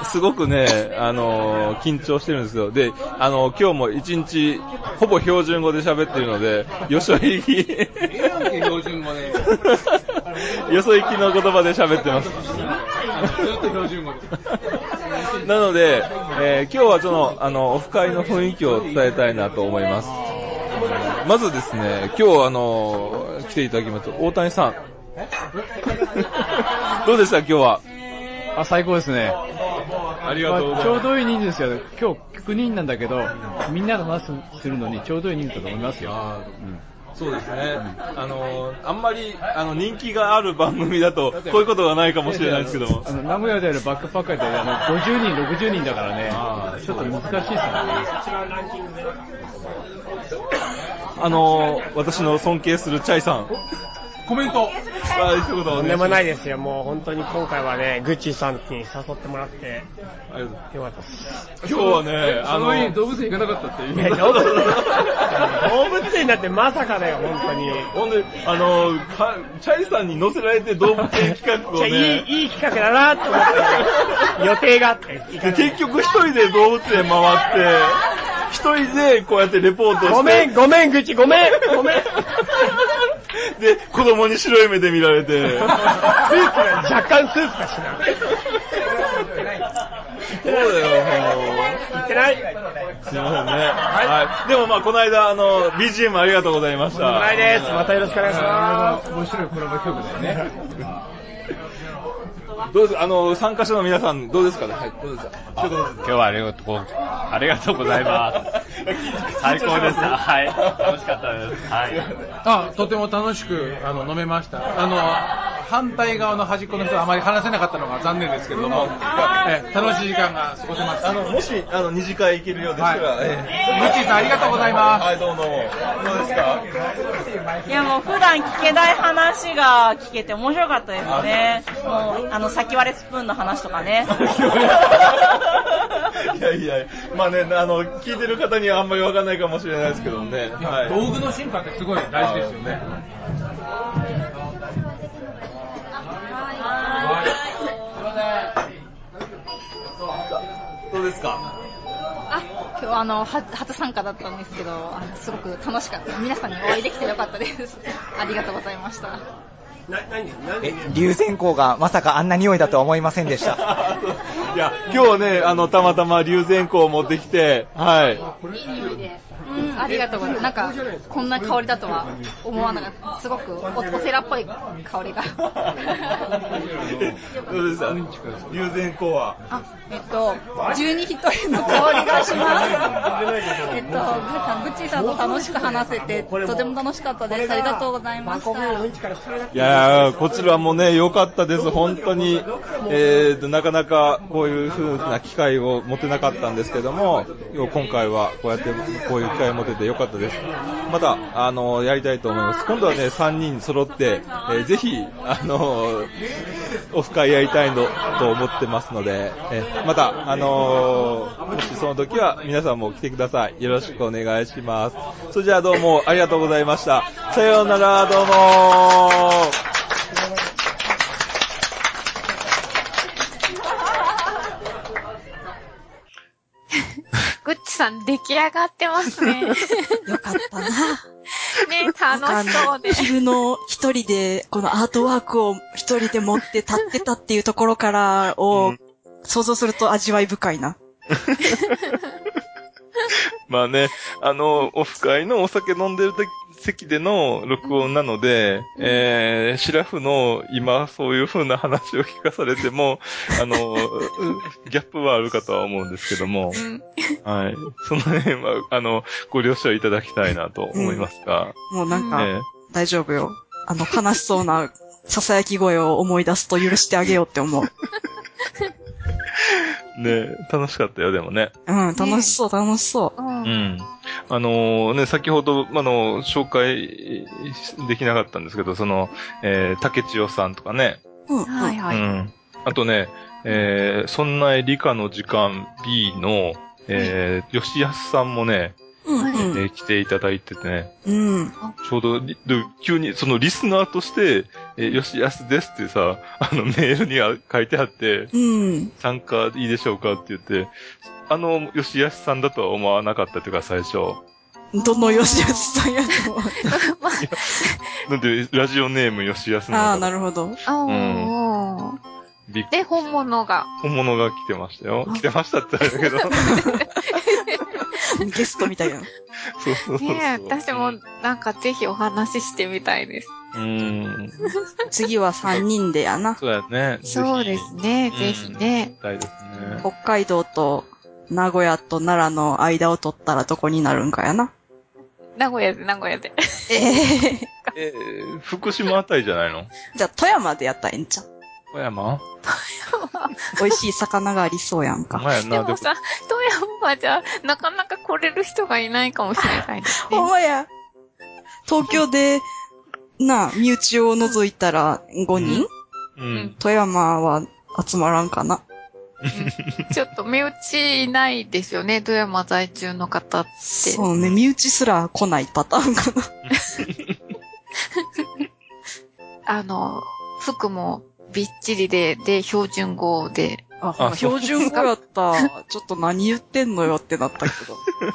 すごくね、あのー緊張してるんですけど、で、あのー今日も一日、ほぼ標準語で喋ってるので、よそ行き、 標準語で。よそ行きの言葉で喋ってます。あのずっと標準語です。 なので、えー今日はその、あの、オフ会の雰囲気を伝えたいなと思います。まずですね、今日あの、来ていただきました、大谷さん。どうでした今日は。あ、最高ですね。あまあちょうどいい人数ですけど、今日9人なんだけど、みんなの話するのにちょうどいい人数だと思いますよ。うんそうですね。あの、あんまり、あの、人気がある番組だと、こういうことがないかもしれないですけどもあ。の、名古屋であるバックパッカーであの、50人、60人だからね、ちょっと難しいですよね。あの、私の尊敬するチャイさん。コメント。あ、一言お願いしますとんでもないですよ。もう本当に今回はね、グッチーさんに誘ってもらって、ありがとうございますよかった です。今日はね、あの、動物園行かなかったっていや動物動物園だってまさかだよ、本当に。ほんで、あのかチャイさんに乗せられて動物園企画をじゃあいね、い、いい企画だなと思って、予定があって。で結局一人で動物園回って、一人でこうやってレポートして、ごめん、ごめん、グッチー、ごめん、ごめん。で、子供に白い目で見られて、スーツが、若干スーツだしな。そうだよ、もう。言ってない。すいませんね。はい。でもまあ、この間、あの、BGM ありがとうございました。ないです。またよろしくお願いします。面白いコラボ曲だよね。どうですあの、参加者の皆さん、どうですかねはい、どうですかちょっと今日はありがとう、ありがとうございます。最高でした。はい。楽しかったです。はい。あ、とても楽しく、あの、飲めました。あの、反対側の端っこの人はあまり話せなかったのが残念ですけれども、え楽しい時間が過ごせました。あの、もし、あの、二次会行けるようでしたら、はいえムッチーさんありがとうございえます。はい、どうもどうも。どうですかいやもう普段聞けない話が聞けて面白かったですね。もうあの先割れスプーンの話とかね。 いやいや、まあね、あの、聞いてる方にはあんまりわかんないかもしれないですけどもね。はい。道具の進化ってすごい大事ですよね。どうですかあ、今日あの、は初参加だったんです けど、あのすごく楽しかった。皆さんにお会いできてよかったです。ありがとうございました。え、流線光がまさかあんな匂いだとは思いませんでした。 いや、今日ね、あの、たまたま龍涎香を持ってきて、はい。いい匂いです。うん、ありがとうございます。なんか、こんな香りだとは思わなかった。すごくお、お寺っぽい 香りが。どうでした龍涎香は。えっと、12人の香りがします。えっと、ぐっちーさんと楽しく話せて、とても楽しかったです。ありがとうございました。いやー、こちらもね、良かったです。本当に、えーと、なかなかこういう風な機会を持てなかったんですけども、今回はこうやってこういう機会を持てて良かったです。また、あの、やりたいと思います。今度はね、3人揃って、えーぜひ、あの、オフ会やりたいのと思ってますので、えーまた、あのーもしその時は皆さんも来てください。よろしくお願いします。それじゃあどうもありがとうございました。さようなら、どうもグッチさん出来上がってま すね。よかったな。 ね楽しそうで。昼の一人で、このアートワークを一人で持って立ってたっていうところからを想像すると味わい深いな。まあね、あの、オフ会のお酒飲んでる時席での録音なので、えー、シラフの今そういう風な話を聞かされて も、あの、ギャップはあるかとは思うんですけども、はい。その辺は、あの、ご了承いただきたいなと思いますが、もうなんか、ええ大丈夫よ。あの、悲しそうな囁き声を思い出すと許してあげようって思う。ね、楽しかったよ、でもね。うん、楽しそう、楽しそう。うん。あのね、先ほど、あの、紹介できなかったんですけど、その、えー、竹千代さんとかね。うん。はいはうい。ん。あとね、えー、そんな理科の時間 B の、えー、吉安さんもね、うん、えー来ていただいててね、うん。うん。ちょうどリ、で急に、そのリスナーとして、えー、吉安ですってさ、あの、メールにあ書いてあって、うん。参加いいでしょうかって言って、あの、吉安さんだとは思わなかったというか、最初。どの吉安さんやと思う。なんで、ラジオネーム吉安あなあ、んだなるほど。おーおびっー。で、本物が。本物が来てましたよ。来てましたって言わ れるけど。ゲストみたいな。そうそうそう。ねえ、私もなんかぜひお話ししてみたいです。うーん。次は3人でやな。そうやね。そうですね、うんぜひね。みたいですね。北海道と名古屋と奈良の間を取ったらどこになるんかやな。名古屋で、名古屋で。えええー、福島あたりじゃないの じゃあ富山でやったらええんちゃう富山美味しい魚がありそうやんおか。前やでな。もさ、富山はじゃあ、なかなか来れる人がいないかもしれないですほんね。まや。東京で、なあ、身内を除いたら5人、でもうん。富山は集まらんかな。ちょっと身内いないですよね、富山在住の方って。そうね、身内すら来ないパターンかな。あの、服もびっちりで、で、標準語で。あ、標準語やった。 ちょっと何言ってんのよってなったけ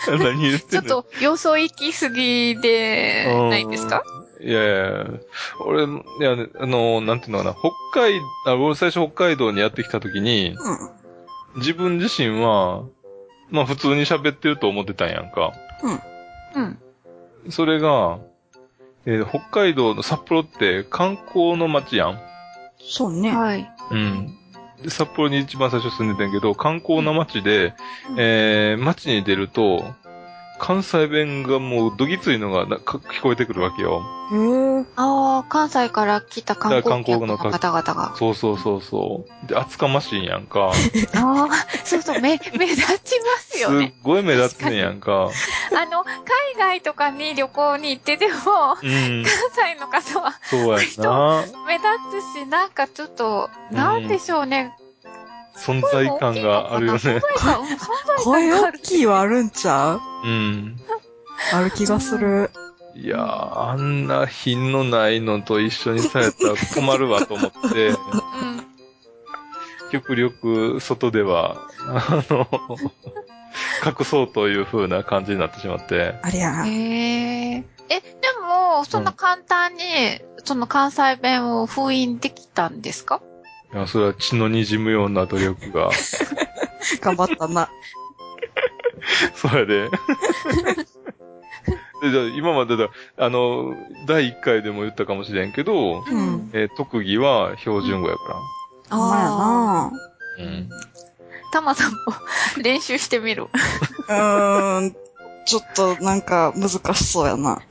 ど。 何言っちてょっんのと、よそ行きすぎで、ないですかいやいやいや俺、いや、あの、なんていうのかな、北海、あ俺最初北海道にやってきたときに、う自分自身は、まあ普通に喋ってると思ってたんやんか。うん。それが、えー北海道の札幌って観光の街やん。ん。そうね。はい。うん。で、札幌に一番最初住んでたんやけど、観光の街で、えー、街に出ると、関西弁がもうどぎついのがなか聞こえてくるわけよ。へえ。ああ、関西から来た観光客のだから方観々が。そうそうそうそう。で、厚かましいんやんか。ああ、そうそう、め、 目立ちますすよねっ。ごい目立つねんやんか。あの、海外とかに旅行に行ってても、関うん。西の方は そうやんな。目立つし、なんかちょっと、なんでしょうね。存在感があるよね。声が、うん、存在声感があ大る。きいはあるんちゃううん。ある気がする。いやー、あんな品のないのと一緒にされたら困るわと思って、うん。極力外では、あの、隠そうという風な感じになってしまって。あれやな。へえ。え、でも、そんな簡単に、その関西弁を封印できたんですかいや、それは血の滲むような努力 が。頑張ったな。それ で。でじゃあ今までだ、あの、第1回でも言ったかもしれんけど、うんえー特技は標準語やかああ。ら。うん。タマさんも 練習してみる。うーん。ちょっとなんか難しそうやな。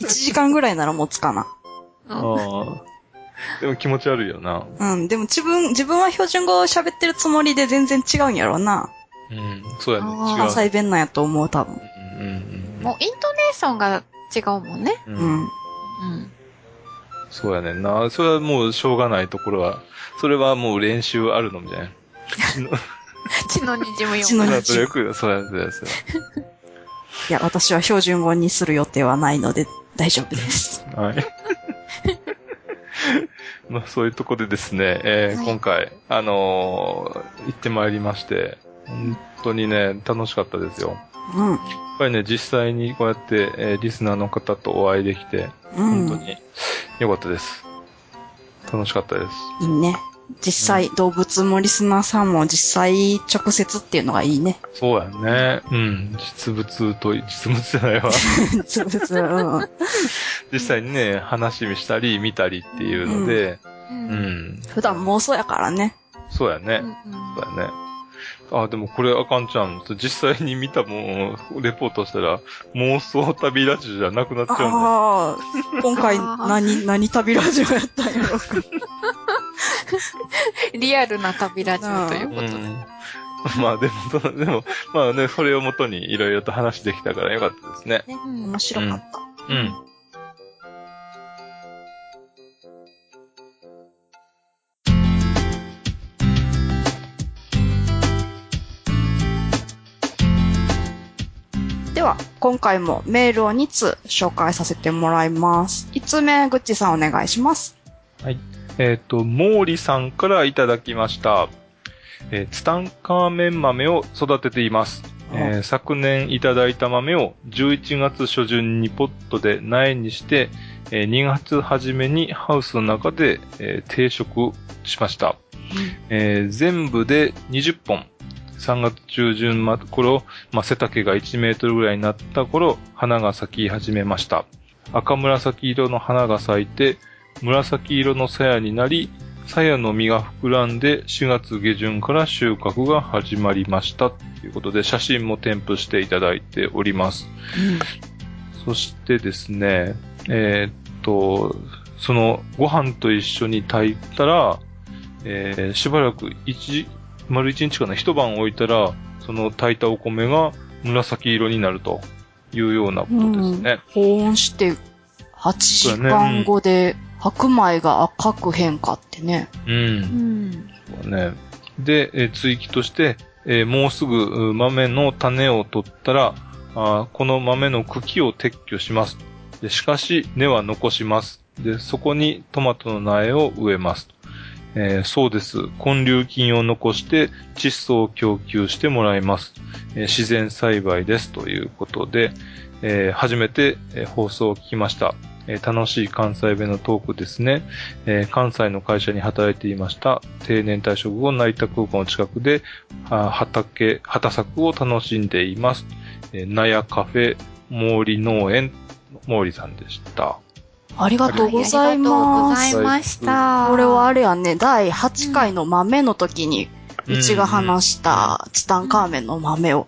1時間ぐらいなら持つかな。ああ。でも気持ち悪いよな。うん。でも自分、自分は標準語を喋ってるつもりで全然違うんやろうな。うん。そうやね。関違西弁なんやと思う、多分。う。うんもうイントネーションが違うもんね。うん。うん。うん。そうやねんな。それはもうしょうがないところは、それはもう練習あるのみたいな。血の滲むよ血のうな。努力だ、そうや、そうや、そういや、私は標準語にする予定はないので大丈夫です。や。はい。 まあ、そういうとこでですね、えーはい今回、あのー行ってまいりまして、本当にね、楽しかったですよ。うん。やっぱりね、実際にこうやって、えーリスナーの方とお会いできて、うん本当に良かったです。楽しかったです。いいね。実際、動物もリスナーさんも実際直接っていうのがいいね。 そうやね。うん。実物と、実物じゃないわ。実物、うん。実際にね、話ししたり、見たりっていうので、うん。普段妄想やからね。そうやね。そうやね。あ、でもこれあかんちゃん、実際に見たもんをレポートしたら、妄想旅ラジオじゃなくなっちゃうんだ。ああ、今回何、何旅ラジオやったんやろ。リアルな旅ラジオといううことで。ん。まあでも、そでも、まあね、それをもとにいろいろと話できたからよかったですね。ね、面白かった。うん。では、今回もメールを2通紹介させてもらいます。1通目、ぐっちさんお願いします。はい。えっ、と、毛利さんからいただきました。えーツタンカーメン豆を育てています。えー昨年いただいた豆を11月初旬にポットで苗にして、えー2月初めにハウスの中で、えー定食しました。えー全部で20本。3月中旬ま頃、まあ、背丈が1メートルぐらいになった頃、花が咲き始めました。赤紫色の花が咲いて、紫色の鞘になり、鞘の実が膨らんで4月下旬から収穫が始まりました。ということで、写真も添付していただいております。そしてですね、えーっと、そのご飯と一緒に炊いたら、えーしばらく一、丸一日かな、一晩置いたら、その炊いたお米が紫色になるというようなことですね。保温して8時間後で白米が赤く変化ってね。うんうん。ね。で、えー追記として、えーもうすぐう豆の種を取ったらあーこの豆の茎を撤去します。でしかし、根は残します。で、そこにトマトの苗を植えます。えーそうです。根粒菌を残して窒素を供給してもらいます。えー自然栽培です。ということで、えー初めて、えー放送を聞きました。えー楽しい関西弁のトークですね、えー関西の会社に働いていました。定年退職後、成田空港の近くで、あー畑、畑作を楽しんでいます。えー、納屋カフェ、毛利農園、毛利さんでした。ありがとうございはまいありがとす。うございました。これはあれやね、第8回の豆の時に、うんうちが話したツタンカーメンの豆を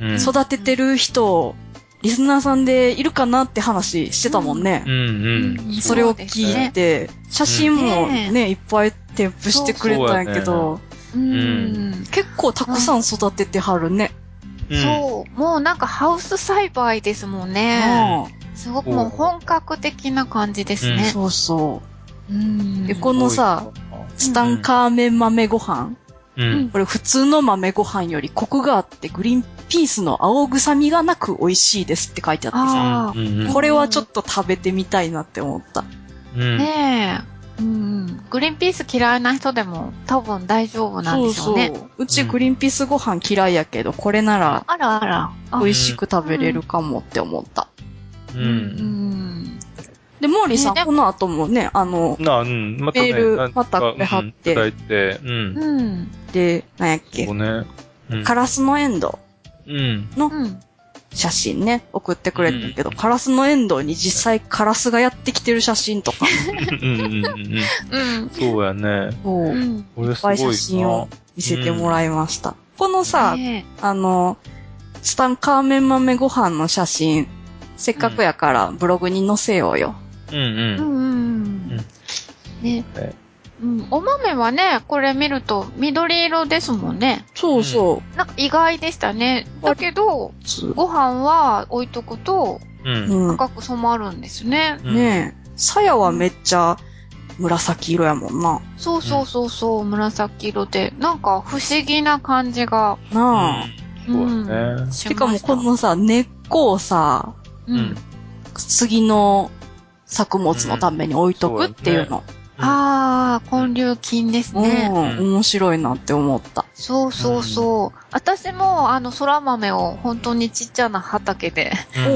うん。育ててる人、リスナーさんでいるかなって話してたもんねう。んうん。それを聞いて、写真もね、いっぱい添付してくれたんやけど、うん。結構たくさん育ててはるね。うんそう。もうなんかハウス栽培ですもんね。すごくもう本格的な感じですうんね。そうそうう。んで、このさ、ツタンカーメン豆ご飯。うん。これ普通の豆ご飯よりコクがあってグリーンピースの青臭みがなく美味しいですって書いてあってさ、ああ、これはちょっと食べてみたいなって思った。うん。ねえ。うん。グリーンピース嫌いな人でも多分大丈夫なんでしょうね。そうそう。うちグリーンピースご飯嫌いやけど、これならあらあら。あ美味しく食べれるかもって思った。うん。で、モーリーさん、この後もね、あの、なあ、うん、またメね、ールなんまたこれ貼ってうんいただいて、うん。うん。で、なんやっけこ、うね。うんカラスのエンドうん。の写真ね、送ってくれてるけど、カラスのエンドに実際カラスがやってきてる写真とか、うんうんうん うん。うん。そうやね。こううん。これいっすごぱいいな写真を見せてもらいました。このさ、ねえあの、ツタンカーメン豆ご飯の写真、せっかくやからブログに載せようよ。うんうん。うんうんうん。ね。うん。お豆はね、これ見ると緑色ですもんね。そうそなんか意外でしたね。だけど、ご飯は置いとくとうん。う。うん。赤く染まるんですね。うんねえ、さやはめっちゃ紫色やもんな。そうそうそうそう、紫色で。なんか不思議な感じが。なあ。そうやね。しかもこのさ、根っこをさ、うん。杉の作物のために置いとくっていうの。ああ、根粒菌ですうん、ね。面白いなって思った。そうそうそう。私も、あの、空豆を本当にちっちゃな畑で、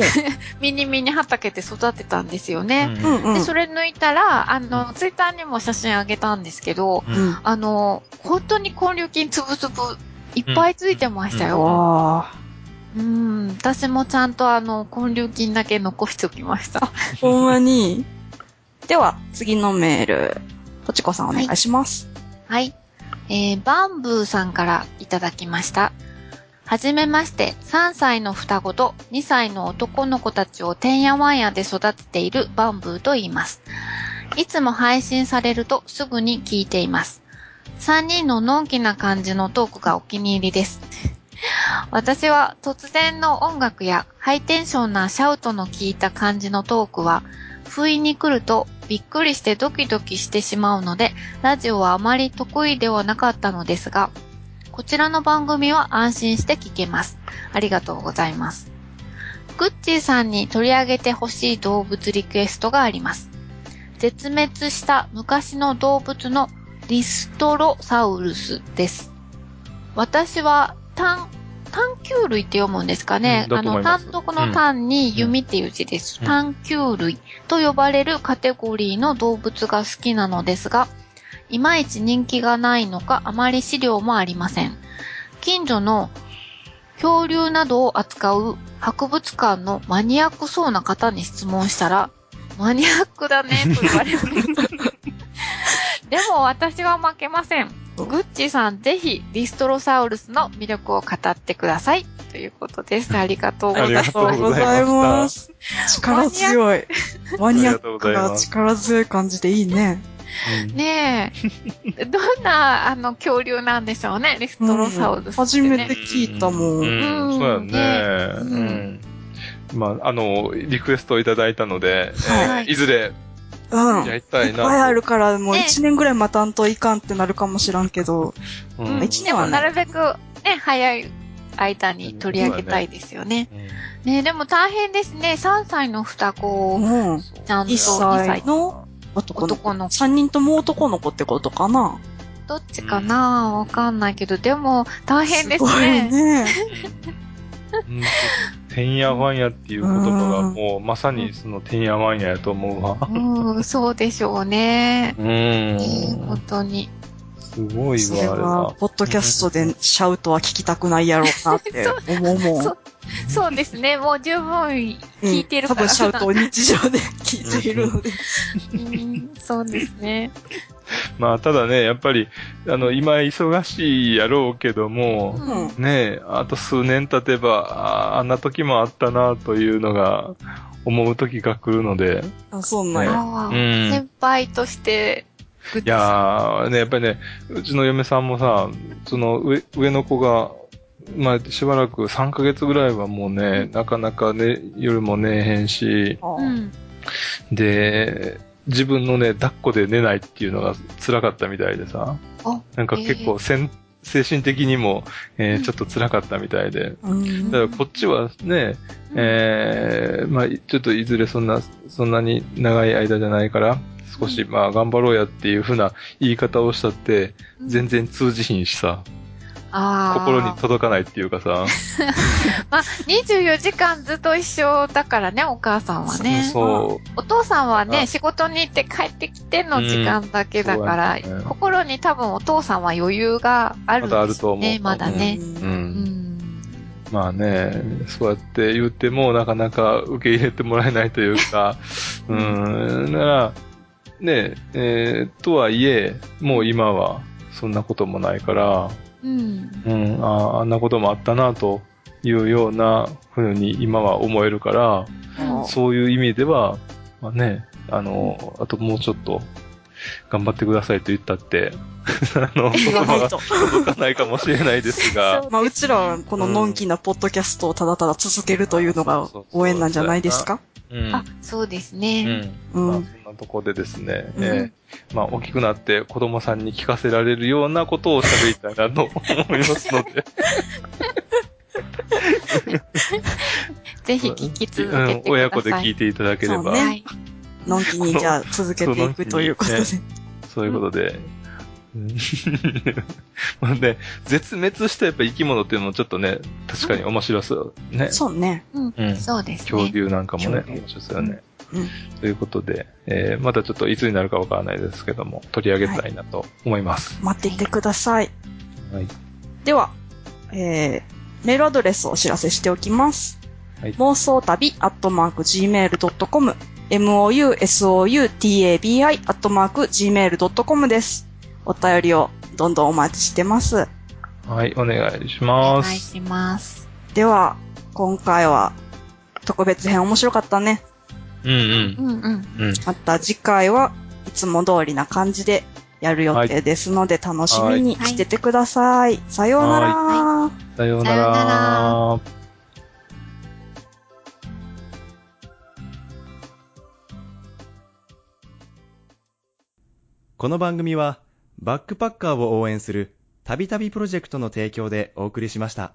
ミニミニ畑で育てたんですよね。うんうん。で、それ抜いたら、あの、ツイッターにも写真あげたんですけど、うん。あの、本当に根粒菌つぶつぶいっぱいついてましたよ。わあ。うん、私もちゃんとあの、根粒菌だけ残しておきました。ほんまに。では、次のメール。とちこさんお願いします。はい。えー、バンブーさんからいただきました。はじめまして、3歳の双子と2歳の男の子たちをてんやわんやで育てているバンブーと言います。いつも配信されるとすぐに聞いています。3人ののんきな感じのトークがお気に入りです。私は突然の音楽やハイテンションなシャウトの効いた感じのトークは、不意に来るとびっくりしてドキドキしてしまうので、ラジオはあまり得意ではなかったのですが、こちらの番組は安心して聞けます。ありがとうございます。グッチーさんに取り上げてほしい動物リクエストがあります。絶滅した昔の動物のリストロサウルスです。私は単、単球類って読むんですかね。うんだあと思の、います単独の単に弓っていう字です。単球類と呼ばれるカテゴリーの動物が好きなのですが、いまいち人気がないのかあまり資料もありません。近所の恐竜などを扱う博物館のマニアックそうな方に質問したら、マニアックだねと言われました。でも私は負けません。グッチさん、ぜひ、ディストロサウルスの魅力を語ってください。ということです。ありがとうございます。ありがとうございましたす。力強い。マニアックな力強い感じでいいね。ねえ。どんな、あの、恐竜なんでしょうね、リストロサウルス、ね。初めて聞いたも。うんん、うそんうやね。ううんん。まあ、あの、リクエストをいただいたので、はいえーいずれうん。やりいたっいな。ぱいあるから、もうね1年ぐらい待たんといかんってなるかもしらんけど、ううんん。一で年はもねなるべく、ね、早い間に取り上げたいですよね。ねでも大変ですね。3歳の双子をうん。ちゃんと1 2歳歳。の男の子。男の3人とも男の子ってことかな。どっちかなわかんないけど、でも大変ですすごいね。 ね。うんてんやわんやっていう言葉がもうまさにそのてんやわんややと思うわ。うん、そうでしょうね。うん。ね本当に。すごいそれわ、あれはは、。ポッドキャストでシャウトは聞きたくないやろうなって思うもん。そうそうですね。もう十分聞いてるうんか多分ら。シャウトを日常で聞いているので。うんそうですね。まあ、ただね、やっぱり、あの、今忙しいやろうけども、うん。ねえ、あと数年経てば、あーあんな時もあったなというのが、思う時が来るので、あ、そうなんや。ああうん先輩として、グッいチさやー、ね、やっぱりね、うちの嫁さんもさ、その上、上の子が、まあ、しばらく3ヶ月ぐらいはもうね、なかなかね、夜も寝えへんし、あんうん。で、自分のね、抱っこで寝ないっていうのが辛かったみたいでさあ、なんか結構せん、精神的にも、えーちょっと辛かったみたいで、うん。だからこっちはね、えーまあいちょっといずれそんな、そんなに長い間じゃないから、少しまあ頑張ろうやっていう風な言い方をしたって、全然通じひんしさ。あー心に届かないっていうかさ。まあ、24時間ずっと一緒だからね、お母さんはね。そう。お父さんはあね、仕事に行って帰ってきての時間だけだかうらんそうだね、心に多分お父さんは余裕があるんまだあでるすとよ思うね、まだね。うん。まあね、そうやって言ってもなかなか受け入れてもらえないと いうか、うん、なら、ねえーとはいえ、もう今はそんなこともないから、うん。うん、ああんなこともあったなというようなふうに今は思えるから、そういう意味では、まあね、あの、あともうちょっと、頑張ってくださいと言ったって、 あの、言葉が届かないかもしれないです が、まあ、うちらはこののんきなポッドキャストをただただ続けるというのが応援なんじゃないですかうん。あ、そうですうね。ん。まあ、そんなところでですね、えーまあ、大きくなって子供さんに聞かせられるようなことを喋りたいなと思いますの で、ぜひ聞き続うけんて、ください。親子で聞いていただければ、そうねのんきにじゃあ続けていくということで。そうそういうことで。 まあね、絶滅したやっぱ生き物っていうのもちょっとね、確かに面白そうね。そうね。うんそうですね。恐竜なんかもね、面白そうよね。ということで、えーまたちょっといつになるかわからないですけども、取り上げたいなと思います。待っていてください。はい。では、えー、メールアドレスをお知らせしておきます。妄想旅アットマーク gmail.com mousoutabi アットマーク gmail.com です。お便りをどんどんお待ちしてます。はい、お願いしまお願いす。します。では、今回は特別編面白かったね。うんうん。うんうん。うん。また次回はいつも通りな感じでやる予定ですので楽しみにしててください。さようなら。さようなら。この番組は、バックパッカーを応援する、たびたびプロジェクトの提供でお送りしました。